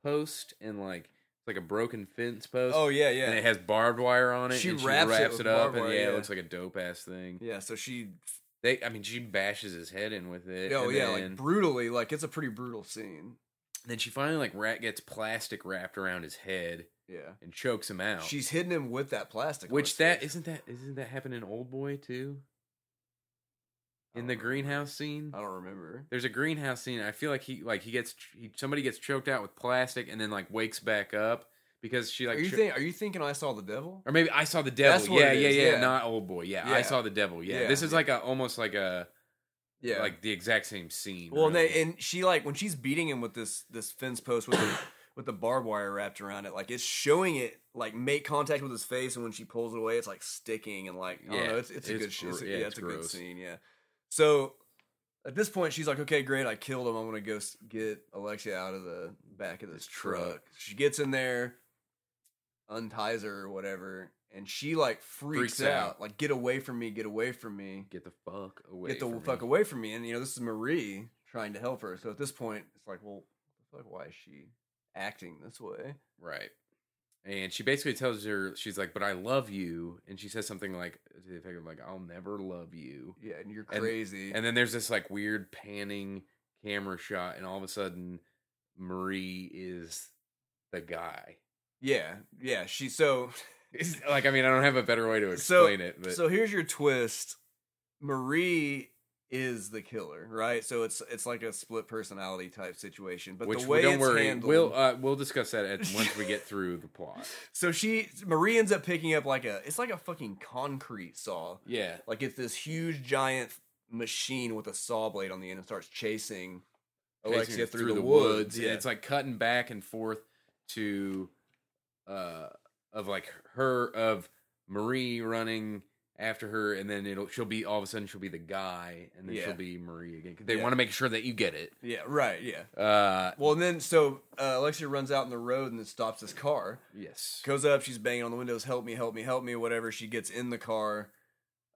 [SPEAKER 2] post and like it's like a broken fence post.
[SPEAKER 1] Oh yeah,
[SPEAKER 2] And it
[SPEAKER 1] yeah,
[SPEAKER 2] has barbed wire on it.
[SPEAKER 1] She
[SPEAKER 2] and she
[SPEAKER 1] wraps
[SPEAKER 2] wraps,
[SPEAKER 1] it
[SPEAKER 2] it,
[SPEAKER 1] with
[SPEAKER 2] up,
[SPEAKER 1] barbed
[SPEAKER 2] and
[SPEAKER 1] wire,
[SPEAKER 2] yeah,
[SPEAKER 1] yeah.
[SPEAKER 2] it looks like a dope ass thing.
[SPEAKER 1] yeah. So she,
[SPEAKER 2] They, I mean, she bashes his head in with it.
[SPEAKER 1] oh
[SPEAKER 2] and
[SPEAKER 1] yeah,
[SPEAKER 2] then,
[SPEAKER 1] like brutally. Like it's a pretty brutal scene.
[SPEAKER 2] then she finally like rat gets plastic wrapped around his head
[SPEAKER 1] Yeah,
[SPEAKER 2] and chokes him out.
[SPEAKER 1] she's oh, hitting him with that plastic. on
[SPEAKER 2] which
[SPEAKER 1] his
[SPEAKER 2] that
[SPEAKER 1] face.
[SPEAKER 2] isn't that isn't that happen in Old Boy too?
[SPEAKER 1] I
[SPEAKER 2] In
[SPEAKER 1] don't
[SPEAKER 2] the
[SPEAKER 1] remember.
[SPEAKER 2] greenhouse scene.
[SPEAKER 1] I don't remember.
[SPEAKER 2] there's a greenhouse scene. I feel like he like he gets he, somebody gets choked out with plastic and then like wakes back up because she like
[SPEAKER 1] are you
[SPEAKER 2] cho-
[SPEAKER 1] think? Are you thinking I saw the devil?
[SPEAKER 2] or maybe I saw the devil.
[SPEAKER 1] That's what
[SPEAKER 2] yeah,
[SPEAKER 1] it
[SPEAKER 2] yeah,
[SPEAKER 1] is,
[SPEAKER 2] yeah,
[SPEAKER 1] yeah.
[SPEAKER 2] Not old boy. Yeah, I
[SPEAKER 1] Yeah.
[SPEAKER 2] saw the devil. Yeah,
[SPEAKER 1] Yeah.
[SPEAKER 2] this is like a almost like a
[SPEAKER 1] Yeah,
[SPEAKER 2] like the exact same scene.
[SPEAKER 1] Well, and,
[SPEAKER 2] really.
[SPEAKER 1] they, and she like when she's beating him with this this fence post with the, with the barbed wire wrapped around it, like it's showing it like make contact with his face, and when she pulls it away, it's like sticking and like I don't
[SPEAKER 2] Yeah,
[SPEAKER 1] know, it's it's a
[SPEAKER 2] it's
[SPEAKER 1] good sh- it's,
[SPEAKER 2] gro-
[SPEAKER 1] a-
[SPEAKER 2] yeah,
[SPEAKER 1] yeah,
[SPEAKER 2] it's
[SPEAKER 1] it's a good
[SPEAKER 2] gross.
[SPEAKER 1] scene, yeah. So at this point, she's like, okay, great, I killed him. I'm gonna go s- get Alexia out of the back of this
[SPEAKER 2] This truck.
[SPEAKER 1] truck. She gets in there, unties her or whatever, and she like freaks,
[SPEAKER 2] Freaks
[SPEAKER 1] out.
[SPEAKER 2] out.
[SPEAKER 1] like get away from me, get away from me
[SPEAKER 2] get the fuck away.
[SPEAKER 1] get the
[SPEAKER 2] from
[SPEAKER 1] fuck
[SPEAKER 2] me.
[SPEAKER 1] away from me. And you know, this is Marie trying to help her. So at this point, it's like, well, the fuck, why is she acting this way?
[SPEAKER 2] Right. And she basically tells her she's like, "But I love you," and she says something like to the effect of like, "I'll never love you."
[SPEAKER 1] Yeah, and you're
[SPEAKER 2] And-
[SPEAKER 1] crazy.
[SPEAKER 2] And then there's this like weird panning camera shot, and all of a sudden, Marie is the guy.
[SPEAKER 1] yeah, yeah. She so
[SPEAKER 2] It's, like I mean, I don't have a better way to
[SPEAKER 1] So-
[SPEAKER 2] explain it, but
[SPEAKER 1] so here's your twist. Marie is the killer, right? So it's it's like a split personality type situation. But
[SPEAKER 2] Which
[SPEAKER 1] the
[SPEAKER 2] we
[SPEAKER 1] way
[SPEAKER 2] don't
[SPEAKER 1] it's
[SPEAKER 2] worry,
[SPEAKER 1] handled,
[SPEAKER 2] we'll uh, we'll discuss that at, once we get through the plot.
[SPEAKER 1] so she Marie ends up picking up like a it's like a fucking concrete saw.
[SPEAKER 2] Yeah,
[SPEAKER 1] Like it's this huge giant machine with a saw blade on the end and starts chasing Alexia
[SPEAKER 2] Basically
[SPEAKER 1] through, the, woods.
[SPEAKER 2] and
[SPEAKER 1] Yeah.
[SPEAKER 2] It's like cutting back and forth to uh of like her of Marie running after her and then it'll she'll be all of a sudden she'll be the guy and then
[SPEAKER 1] Yeah.
[SPEAKER 2] she'll be Marie again. 'Cause They
[SPEAKER 1] Yeah.
[SPEAKER 2] want to make sure that you get it.
[SPEAKER 1] yeah, right, yeah.
[SPEAKER 2] Uh
[SPEAKER 1] Well, and then so uh, Alexia runs out in the road and then stops this car.
[SPEAKER 2] yes.
[SPEAKER 1] Goes up, she's banging on the windows, help me, help me, help me, whatever. She gets in the car.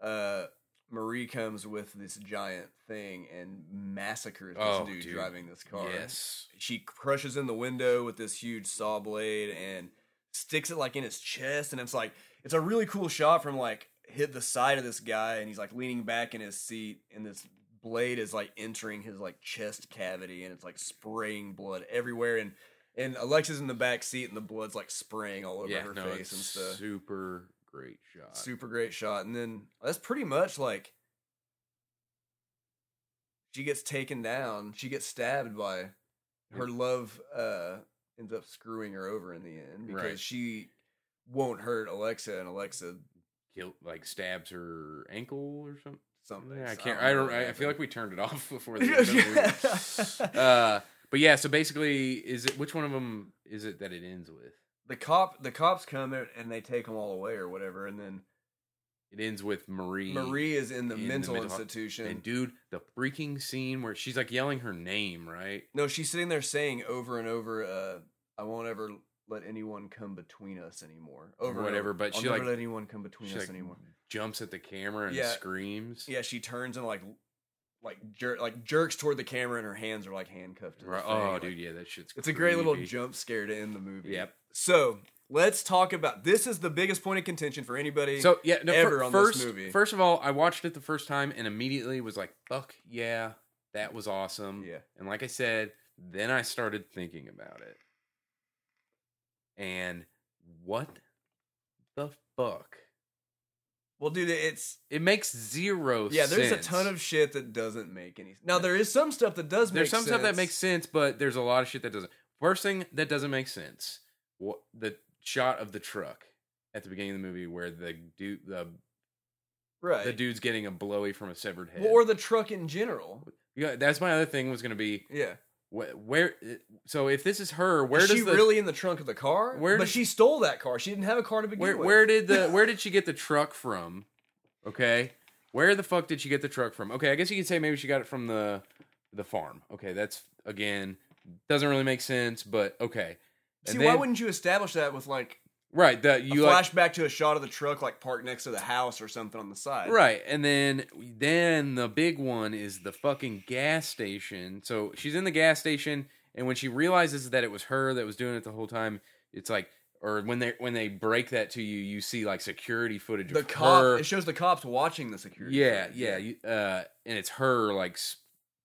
[SPEAKER 1] Uh, Marie comes with this giant thing and massacres this
[SPEAKER 2] Oh,
[SPEAKER 1] dude,
[SPEAKER 2] dude.
[SPEAKER 1] driving this car.
[SPEAKER 2] Yes.
[SPEAKER 1] She crushes in the window with this huge saw blade and sticks it like in his chest. And it's like, it's a really cool shot from like hit the side of this guy and he's like leaning back in his seat and this blade is like entering his like chest cavity and it's like spraying blood everywhere and and Alexa's in the back seat and the blood's like spraying all over
[SPEAKER 2] Yeah,
[SPEAKER 1] her
[SPEAKER 2] no,
[SPEAKER 1] face
[SPEAKER 2] it's
[SPEAKER 1] and stuff.
[SPEAKER 2] super great shot.
[SPEAKER 1] Super great shot. And then that's pretty much like she gets taken down. She gets stabbed by her love uh ends up screwing her over in the end because
[SPEAKER 2] Right.
[SPEAKER 1] she won't hurt Alexa and Alexa
[SPEAKER 2] Kill, like stabs her ankle or something.
[SPEAKER 1] something.
[SPEAKER 2] Yeah, I
[SPEAKER 1] So
[SPEAKER 2] can't.
[SPEAKER 1] don't
[SPEAKER 2] I
[SPEAKER 1] know
[SPEAKER 2] don't.
[SPEAKER 1] what
[SPEAKER 2] I, I
[SPEAKER 1] happened.
[SPEAKER 2] feel like we turned it off before the end of the movie. Uh, but yeah, so basically, is it which one of them is it that it ends with?
[SPEAKER 1] the cop the cops come and- and they take them all away or whatever and then
[SPEAKER 2] It ends with Marie.
[SPEAKER 1] Marie is in the
[SPEAKER 2] in the
[SPEAKER 1] mental
[SPEAKER 2] mental ho-
[SPEAKER 1] institution.
[SPEAKER 2] and dude, the freaking scene where she's like yelling her name, right?
[SPEAKER 1] No, she's sitting there saying over and over, uh, "I won't ever let anyone come between us anymore." Over and
[SPEAKER 2] Whatever,
[SPEAKER 1] over.
[SPEAKER 2] but
[SPEAKER 1] I'll
[SPEAKER 2] she,
[SPEAKER 1] never
[SPEAKER 2] like-
[SPEAKER 1] let anyone come between
[SPEAKER 2] she,
[SPEAKER 1] us
[SPEAKER 2] like,
[SPEAKER 1] anymore.
[SPEAKER 2] Jumps at the camera and
[SPEAKER 1] Yeah.
[SPEAKER 2] screams.
[SPEAKER 1] Yeah, she turns and like, like jer- like jerks toward the camera, and her hands are like handcuffed. To the
[SPEAKER 2] Right.
[SPEAKER 1] thing.
[SPEAKER 2] Oh,
[SPEAKER 1] Like,
[SPEAKER 2] dude, yeah, that shit's.
[SPEAKER 1] it's a great little
[SPEAKER 2] creepy.
[SPEAKER 1] jump scare to end the movie.
[SPEAKER 2] Yep.
[SPEAKER 1] So let's talk about this. Is the biggest point of contention for anybody?
[SPEAKER 2] So yeah, no, fir-
[SPEAKER 1] ever on this
[SPEAKER 2] first,
[SPEAKER 1] movie.
[SPEAKER 2] First of all, I watched it the first time and immediately was like, "Fuck yeah, that was awesome."
[SPEAKER 1] yeah,
[SPEAKER 2] And like I said, then I started thinking about it. And what the fuck?
[SPEAKER 1] well, dude, it's
[SPEAKER 2] It makes zero
[SPEAKER 1] yeah. There's
[SPEAKER 2] sense.
[SPEAKER 1] a ton of shit that doesn't make any. Now there is some stuff that does.
[SPEAKER 2] There's
[SPEAKER 1] make
[SPEAKER 2] some stuff that
[SPEAKER 1] sense.
[SPEAKER 2] makes sense, but there's a lot of shit that doesn't. First thing that doesn't make sense. What the shot of the truck at the beginning of the movie where the dude the,
[SPEAKER 1] right.
[SPEAKER 2] the dude's getting a blowy from a severed head.
[SPEAKER 1] Well, or the truck in general.
[SPEAKER 2] yeah, that's my other thing was going to be
[SPEAKER 1] Yeah.
[SPEAKER 2] wh- where uh, so if this is her, where
[SPEAKER 1] Is
[SPEAKER 2] does
[SPEAKER 1] she
[SPEAKER 2] the
[SPEAKER 1] really in the trunk of the car?
[SPEAKER 2] Where
[SPEAKER 1] but
[SPEAKER 2] does-
[SPEAKER 1] she stole that car. She didn't have a car to begin
[SPEAKER 2] where
[SPEAKER 1] with.
[SPEAKER 2] where did the where did she get the truck from? Okay, where the fuck did she get the truck from? Okay, I guess you could say maybe she got it from the the farm. Okay, that's again doesn't really make sense, but okay.
[SPEAKER 1] See,
[SPEAKER 2] And
[SPEAKER 1] why
[SPEAKER 2] then-
[SPEAKER 1] wouldn't you establish that with like
[SPEAKER 2] right the
[SPEAKER 1] a
[SPEAKER 2] you like,
[SPEAKER 1] flashback to a shot of the truck like parked next to the house or something on the side?
[SPEAKER 2] right and then then the big one is the fucking gas station. So she's in the gas station, and when she realizes that it was her that was doing it the whole time, it's like. Or when they when they break that to you, you see like security footage.
[SPEAKER 1] The
[SPEAKER 2] of
[SPEAKER 1] cop.
[SPEAKER 2] her.
[SPEAKER 1] It shows the cops watching the security.
[SPEAKER 2] Yeah,
[SPEAKER 1] footage.
[SPEAKER 2] yeah. You, uh, and it's her like s-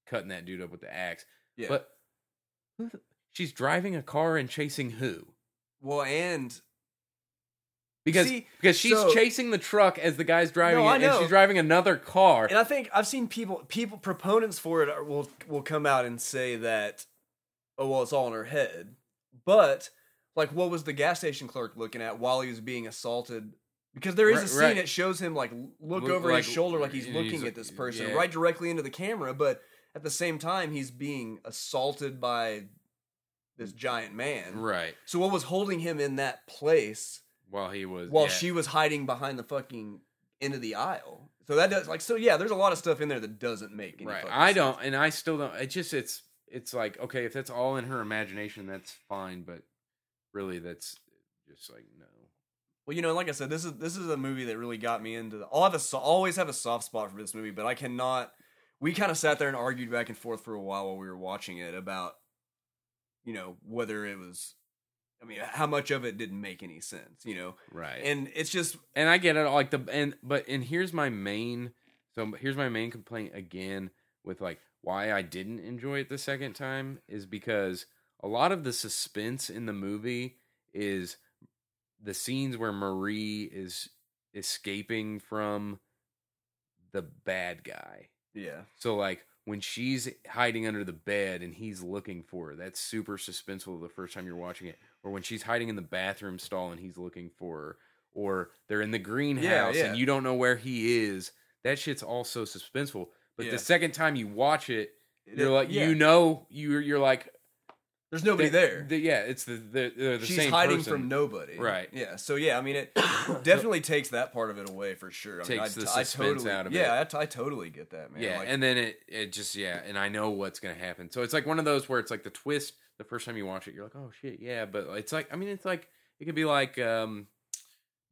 [SPEAKER 2] cutting that dude up with the axe.
[SPEAKER 1] Yeah.
[SPEAKER 2] But who the- she's driving a car and chasing who?
[SPEAKER 1] Well, and
[SPEAKER 2] Because
[SPEAKER 1] See,
[SPEAKER 2] because she's
[SPEAKER 1] so-
[SPEAKER 2] chasing the truck as the guy's driving
[SPEAKER 1] No, I
[SPEAKER 2] it, and
[SPEAKER 1] know.
[SPEAKER 2] she's driving another car.
[SPEAKER 1] and I think I've seen people people proponents for it are, will will come out and say that oh well it's all in her head, but like what was the gas station clerk looking at while he was being assaulted? Because there is a
[SPEAKER 2] Right,
[SPEAKER 1] scene
[SPEAKER 2] right.
[SPEAKER 1] that shows him like l- look,
[SPEAKER 2] Look,
[SPEAKER 1] over
[SPEAKER 2] like,
[SPEAKER 1] his shoulder like he's
[SPEAKER 2] he's-
[SPEAKER 1] looking at this person
[SPEAKER 2] yeah.
[SPEAKER 1] right directly into the camera, but at the same time he's being assaulted by this giant man.
[SPEAKER 2] right.
[SPEAKER 1] So what was holding him in that place
[SPEAKER 2] While he was
[SPEAKER 1] while
[SPEAKER 2] yeah.
[SPEAKER 1] she was hiding behind the fucking end of the aisle. So that does like so yeah, there's a lot of stuff in there that doesn't make any
[SPEAKER 2] right.
[SPEAKER 1] fucking
[SPEAKER 2] I
[SPEAKER 1] sense.
[SPEAKER 2] don't, and I still don't. It just it's it's like okay, if that's all in her imagination, that's fine. But really, that's just like no.
[SPEAKER 1] Well, you know, like I said, this is this is a movie that really got me into. The, I'll have a so- always have a soft spot for this movie, but I cannot. We kind of sat there and argued back and forth for a while while we were watching it about, you know, whether it was, I mean, how much of it didn't make any sense, you know,
[SPEAKER 2] Right.
[SPEAKER 1] and it's just
[SPEAKER 2] and I get it all like the and but and here's my main so here's my main complaint again with like why I didn't enjoy it the second time is because a lot of the suspense in the movie is the scenes where Marie is escaping from the bad guy
[SPEAKER 1] Yeah.
[SPEAKER 2] So like when she's hiding under the bed and he's looking for her, that's super suspenseful the first time you're watching it. Or when she's hiding in the bathroom stall and he's looking for her, or they're in the greenhouse
[SPEAKER 1] yeah.
[SPEAKER 2] and you don't know where he is. That shit's also suspenseful. But
[SPEAKER 1] Yeah.
[SPEAKER 2] the second time you watch it,
[SPEAKER 1] It-
[SPEAKER 2] you're like
[SPEAKER 1] yeah.
[SPEAKER 2] you know you're you're like
[SPEAKER 1] There's nobody
[SPEAKER 2] they-
[SPEAKER 1] there.
[SPEAKER 2] they- yeah, it's the the, they're the
[SPEAKER 1] She's
[SPEAKER 2] same
[SPEAKER 1] hiding
[SPEAKER 2] person.
[SPEAKER 1] from nobody.
[SPEAKER 2] Right.
[SPEAKER 1] Yeah. So yeah, I mean, it definitely takes that part of it away for sure. I mean,
[SPEAKER 2] Takes
[SPEAKER 1] I,
[SPEAKER 2] the
[SPEAKER 1] I
[SPEAKER 2] suspense
[SPEAKER 1] totally,
[SPEAKER 2] out of
[SPEAKER 1] yeah, I t- I, totally get that, man.
[SPEAKER 2] yeah,
[SPEAKER 1] Like,
[SPEAKER 2] and then it it just yeah, and I know what's gonna happen. So it's like one of those where it's like the twist. The first time you watch it, you're like, oh shit, yeah. But it's like I mean, it's like it could be like um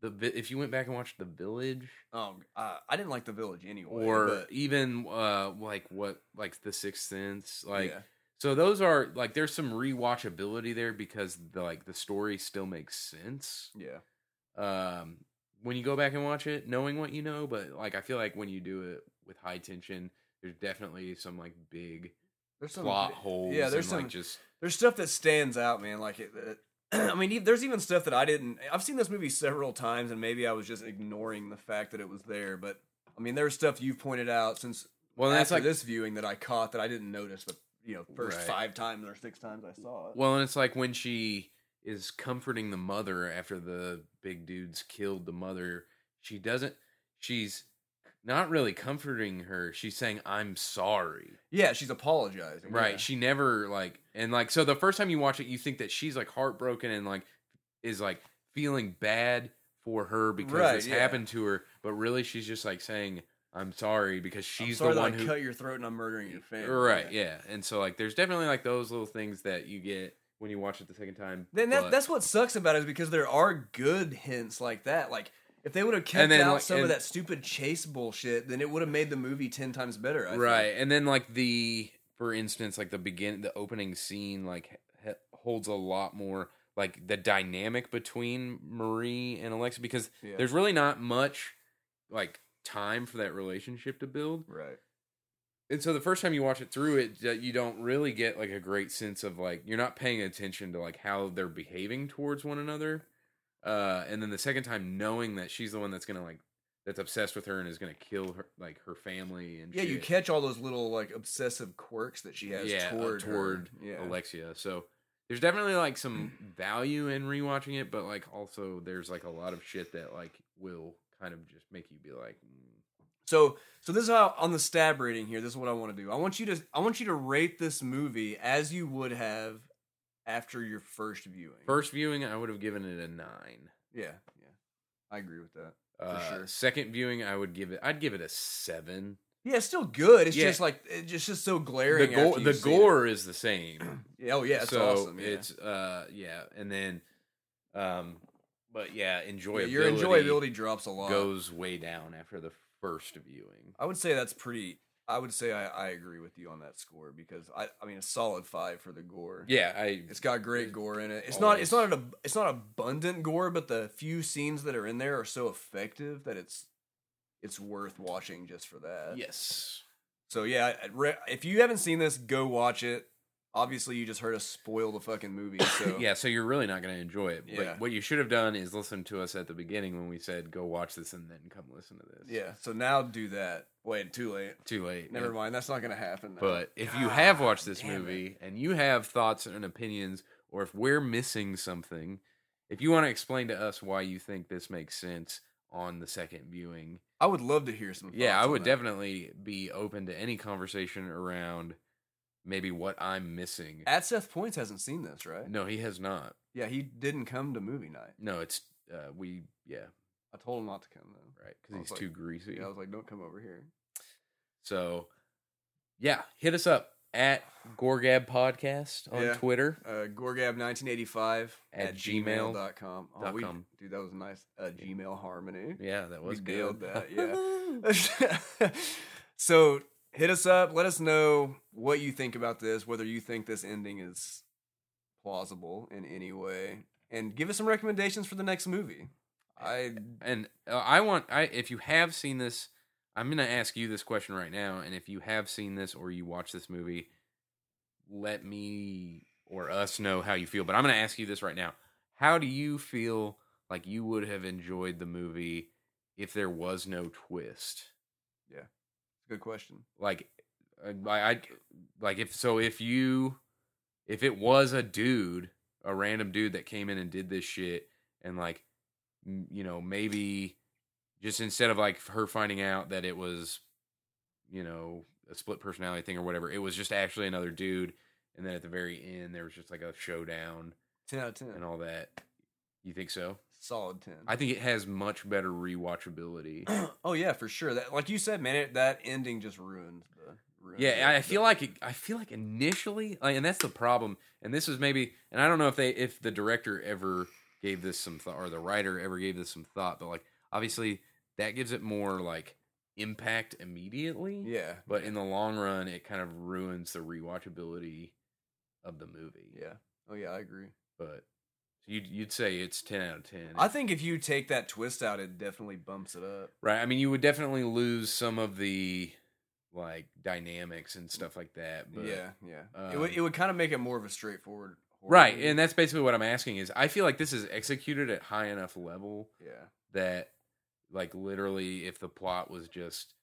[SPEAKER 2] the vi- if you went back and watched The Village
[SPEAKER 1] um, I, I didn't like the village anyway.
[SPEAKER 2] or
[SPEAKER 1] Oh, but,
[SPEAKER 2] even uh like what like The Sixth Sense, like
[SPEAKER 1] yeah.
[SPEAKER 2] so those are like there's some rewatchability there because the, like the story still makes sense.
[SPEAKER 1] yeah,
[SPEAKER 2] um when you go back and watch it knowing what you know but like i feel like when you do it with high tension there's definitely some like big
[SPEAKER 1] there's some
[SPEAKER 2] plot holes
[SPEAKER 1] yeah,
[SPEAKER 2] yeah
[SPEAKER 1] there's
[SPEAKER 2] there's and,
[SPEAKER 1] some-
[SPEAKER 2] like just
[SPEAKER 1] there's stuff that stands out, man. Like, it, it- I mean, e- there's even stuff that I didn't. I've seen this movie several times, and maybe I was just ignoring the fact that it was there. But I mean, there's stuff you've pointed out since
[SPEAKER 2] well and
[SPEAKER 1] after
[SPEAKER 2] that's like
[SPEAKER 1] this viewing that I caught that I didn't notice the you know first
[SPEAKER 2] Right.
[SPEAKER 1] five times or six times I saw it.
[SPEAKER 2] well and it's like when she is comforting the mother after the big dudes killed the mother she doesn't she's not really comforting her she's saying i'm sorry
[SPEAKER 1] yeah, she's apologizing.
[SPEAKER 2] Right.
[SPEAKER 1] yeah.
[SPEAKER 2] She never like and like so the first time you watch it, you think that she's like heartbroken and like is like feeling bad for her because
[SPEAKER 1] Right,
[SPEAKER 2] this
[SPEAKER 1] yeah.
[SPEAKER 2] happened to her, but really she's just like saying I'm sorry because
[SPEAKER 1] I'm
[SPEAKER 2] she's
[SPEAKER 1] sorry
[SPEAKER 2] the
[SPEAKER 1] that
[SPEAKER 2] one
[SPEAKER 1] I
[SPEAKER 2] who
[SPEAKER 1] cut your throat and I'm murdering your family.
[SPEAKER 2] right yeah. And so like there's definitely like those little things that you get when you watch it the second time.
[SPEAKER 1] Then that,
[SPEAKER 2] but-
[SPEAKER 1] that's what sucks about it is because there are good hints like that. Like if they would have kept
[SPEAKER 2] then,
[SPEAKER 1] out
[SPEAKER 2] like,
[SPEAKER 1] some of
[SPEAKER 2] and-
[SPEAKER 1] that stupid chase bullshit, then it would have made the movie ten times better. I think.
[SPEAKER 2] right and then like the for instance like the begin the opening scene like h- holds a lot more like the dynamic between marie and alexa because
[SPEAKER 1] Yeah.
[SPEAKER 2] there's really not much like time for that relationship to build
[SPEAKER 1] Right.
[SPEAKER 2] and so the first time you watch it through it uh, you don't really get like a great sense of like you're not paying attention to like how they're behaving towards one another uh and then the second time knowing that she's the one that's gonna like that's obsessed with her and is gonna kill her like her family and
[SPEAKER 1] Yeah, you
[SPEAKER 2] shit.
[SPEAKER 1] catch all those little like obsessive quirks that she has
[SPEAKER 2] Yeah, uh,
[SPEAKER 1] toward her.
[SPEAKER 2] toward
[SPEAKER 1] yeah.
[SPEAKER 2] Alexia. So there's definitely like some value in rewatching it, but like also there's like a lot of shit that like will kind of just make you be like, mm.
[SPEAKER 1] So so this is how on the stab rating here. This is what I want to do. I want you to I want you to rate this movie as you would have after your first viewing.
[SPEAKER 2] first viewing I would have given it a nine.
[SPEAKER 1] Yeah, yeah. I agree with that.
[SPEAKER 2] Uh,
[SPEAKER 1] sure.
[SPEAKER 2] Second viewing I would give it I'd give it a seven.
[SPEAKER 1] Yeah, it's still good. It's
[SPEAKER 2] Yeah.
[SPEAKER 1] just like it's just, just so
[SPEAKER 2] The
[SPEAKER 1] glaring.
[SPEAKER 2] gore
[SPEAKER 1] after you've
[SPEAKER 2] the
[SPEAKER 1] seen it.
[SPEAKER 2] gore is the same.
[SPEAKER 1] Yeah, oh yeah, it's
[SPEAKER 2] so
[SPEAKER 1] awesome. Yeah.
[SPEAKER 2] It's uh yeah, and then um but yeah,
[SPEAKER 1] Yeah,
[SPEAKER 2] enjoyability,
[SPEAKER 1] your enjoyability drops a lot.
[SPEAKER 2] goes way down after the first viewing.
[SPEAKER 1] I would say that's pretty. I would say I, I agree with you on that score because I I mean a solid five for the gore.
[SPEAKER 2] Yeah, I
[SPEAKER 1] It's got great gore in it. It's not it's
[SPEAKER 2] Always.
[SPEAKER 1] not an, it's not abundant gore, but the few scenes that are in there are so effective that it's it's worth watching just for that.
[SPEAKER 2] yes.
[SPEAKER 1] So yeah, I- I re- if you haven't seen this, go watch it. Obviously, you just heard us spoil the fucking movie. So
[SPEAKER 2] yeah, so you're really not going to enjoy it.
[SPEAKER 1] Yeah.
[SPEAKER 2] But what you should have done is listen to us at the beginning when we said go watch this and then come listen to this.
[SPEAKER 1] yeah. So now do that. Wait, too late.
[SPEAKER 2] Too late.
[SPEAKER 1] Never
[SPEAKER 2] Yeah.
[SPEAKER 1] mind. That's not gonna happen. now.
[SPEAKER 2] But if you
[SPEAKER 1] God
[SPEAKER 2] have watched this
[SPEAKER 1] Ah, damn it.
[SPEAKER 2] movie and you have thoughts and opinions or if we're missing something, if you want to explain to us why you think this makes sense on the second viewing,
[SPEAKER 1] I would love to hear some.
[SPEAKER 2] yeah,
[SPEAKER 1] thoughts
[SPEAKER 2] I
[SPEAKER 1] on
[SPEAKER 2] would
[SPEAKER 1] that.
[SPEAKER 2] definitely be open to any conversation around maybe what I'm missing.
[SPEAKER 1] At Seth Points hasn't seen this, right?
[SPEAKER 2] No, he has not.
[SPEAKER 1] Yeah, he didn't come to movie night.
[SPEAKER 2] No, it's uh, we yeah,
[SPEAKER 1] I told him not to come though.
[SPEAKER 2] right,
[SPEAKER 1] I
[SPEAKER 2] cuz
[SPEAKER 1] was
[SPEAKER 2] he's
[SPEAKER 1] like-
[SPEAKER 2] too greasy.
[SPEAKER 1] Oh, Yeah, I was like, don't come over here.
[SPEAKER 2] So, yeah, hit us up at Gorgab Podcast on
[SPEAKER 1] Yeah.
[SPEAKER 2] Twitter.
[SPEAKER 1] Uh, Gorgab1985
[SPEAKER 2] At
[SPEAKER 1] at,
[SPEAKER 2] gmail
[SPEAKER 1] gmail dot com. Oh,
[SPEAKER 2] dot
[SPEAKER 1] we,
[SPEAKER 2] com.
[SPEAKER 1] dude, that was nice. Uh, Gmail harmony.
[SPEAKER 2] Yeah, that
[SPEAKER 1] We
[SPEAKER 2] was
[SPEAKER 1] nailed
[SPEAKER 2] good.
[SPEAKER 1] that, so hit us up. Let us know what you think about this, whether you think this ending is plausible in any way, and give us some recommendations for the next movie. I
[SPEAKER 2] and uh, I want I if you have seen this, I'm going to ask you this question right now and if you have seen this or you watch this movie, let me or us know how you feel, but I'm going to ask you this right now. How do you feel like you would have enjoyed the movie if there was no twist?
[SPEAKER 1] Good question.
[SPEAKER 2] like uh, I, I like if so if you if it was a dude a random dude that came in and did this shit and like m- you know maybe just instead of like her finding out that it was you know a split personality thing or whatever it was just actually another dude and then at the very end there was just like a showdown
[SPEAKER 1] Ten out of ten.
[SPEAKER 2] and all that you think so
[SPEAKER 1] Solid ten.
[SPEAKER 2] i think it has much better rewatchability
[SPEAKER 1] oh yeah, for sure. That like you said, man, it, that ending just ruined the. Ruined
[SPEAKER 2] Yeah,
[SPEAKER 1] it.
[SPEAKER 2] I feel like it, I feel like initially, like, and that's the problem. And this is maybe, and I don't know if they, if the director ever gave this some thought, or the writer ever gave this some thought, but like obviously that gives it more like impact immediately.
[SPEAKER 1] Yeah,
[SPEAKER 2] But in the long run, it kind of ruins the rewatchability of the movie.
[SPEAKER 1] yeah. Oh yeah, I agree.
[SPEAKER 2] But you'd you'd say it's ten out of ten.
[SPEAKER 1] I think if you take that twist out, it definitely bumps it up.
[SPEAKER 2] Right. I mean, you would definitely lose some of the like dynamics and stuff like that. But
[SPEAKER 1] yeah, yeah. it would
[SPEAKER 2] um,
[SPEAKER 1] it would kind of make it more of a straightforward. horror
[SPEAKER 2] Right,
[SPEAKER 1] movie.
[SPEAKER 2] and that's basically what I'm asking is I feel like this is executed at high enough level
[SPEAKER 1] yeah.
[SPEAKER 2] that like literally if the plot was just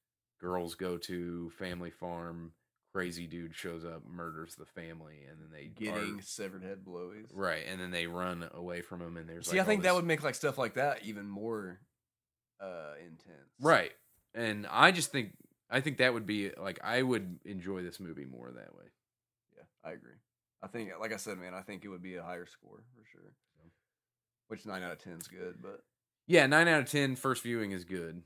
[SPEAKER 2] girls go to family farm, crazy dude shows up, murders the family and then they are-
[SPEAKER 1] getting severed head blowies.
[SPEAKER 2] right, and then they run away from him and there's
[SPEAKER 1] See, I
[SPEAKER 2] like, all
[SPEAKER 1] think that
[SPEAKER 2] this-
[SPEAKER 1] would make like stuff like that even more uh intense.
[SPEAKER 2] Right. And I just think I think that would be like I would enjoy this movie more that way.
[SPEAKER 1] Yeah, I agree. I think, like I said, man, I think it would be a higher score for sure.
[SPEAKER 2] Yeah.
[SPEAKER 1] Which nine out of ten is good, but
[SPEAKER 2] Yeah, 9 out of 10 first viewing is good.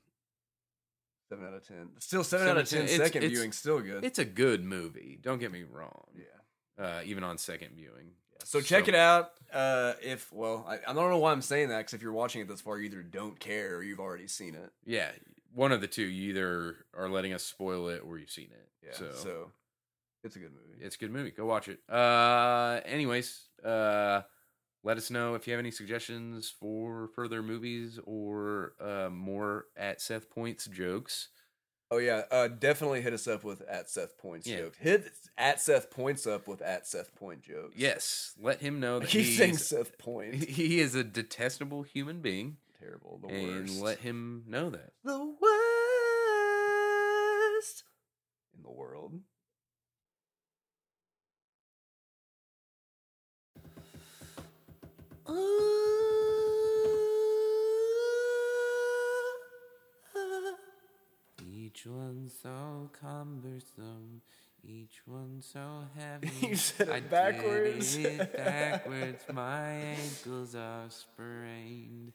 [SPEAKER 1] seven out of ten, still seven, out of 10
[SPEAKER 2] it's-
[SPEAKER 1] second
[SPEAKER 2] it's-
[SPEAKER 1] viewing, still good.
[SPEAKER 2] It's a good movie, don't get me wrong.
[SPEAKER 1] yeah.
[SPEAKER 2] Uh, even on second viewing.
[SPEAKER 1] So check it out. Uh, if well, I, I don't know why I'm saying that because if you're watching it this far, you either don't care or you've already seen it.
[SPEAKER 2] Yeah, one of the two. You either are letting us spoil it or you've seen it.
[SPEAKER 1] Yeah,
[SPEAKER 2] so,
[SPEAKER 1] so, it's a good movie.
[SPEAKER 2] it's a good movie. Go watch it. Uh, anyways, uh, let us know if you have any suggestions for further movies or uh, more at Seth Points jokes.
[SPEAKER 1] Oh yeah, uh, definitely hit us up with at Seth points
[SPEAKER 2] Yeah.
[SPEAKER 1] jokes. Hit at Seth points up with at Seth point jokes.
[SPEAKER 2] Yes, let him know
[SPEAKER 1] I
[SPEAKER 2] that
[SPEAKER 1] keep saying
[SPEAKER 2] he's,
[SPEAKER 1] Seth point.
[SPEAKER 2] he is a detestable human being,
[SPEAKER 1] Terrible, the
[SPEAKER 2] and
[SPEAKER 1] worst.
[SPEAKER 2] let him know that.
[SPEAKER 1] the worst in the world. Uh,
[SPEAKER 2] Each one so cumbersome, each one so heavy.
[SPEAKER 1] You said it I did backwards. it
[SPEAKER 2] backwards. My ankles are sprained.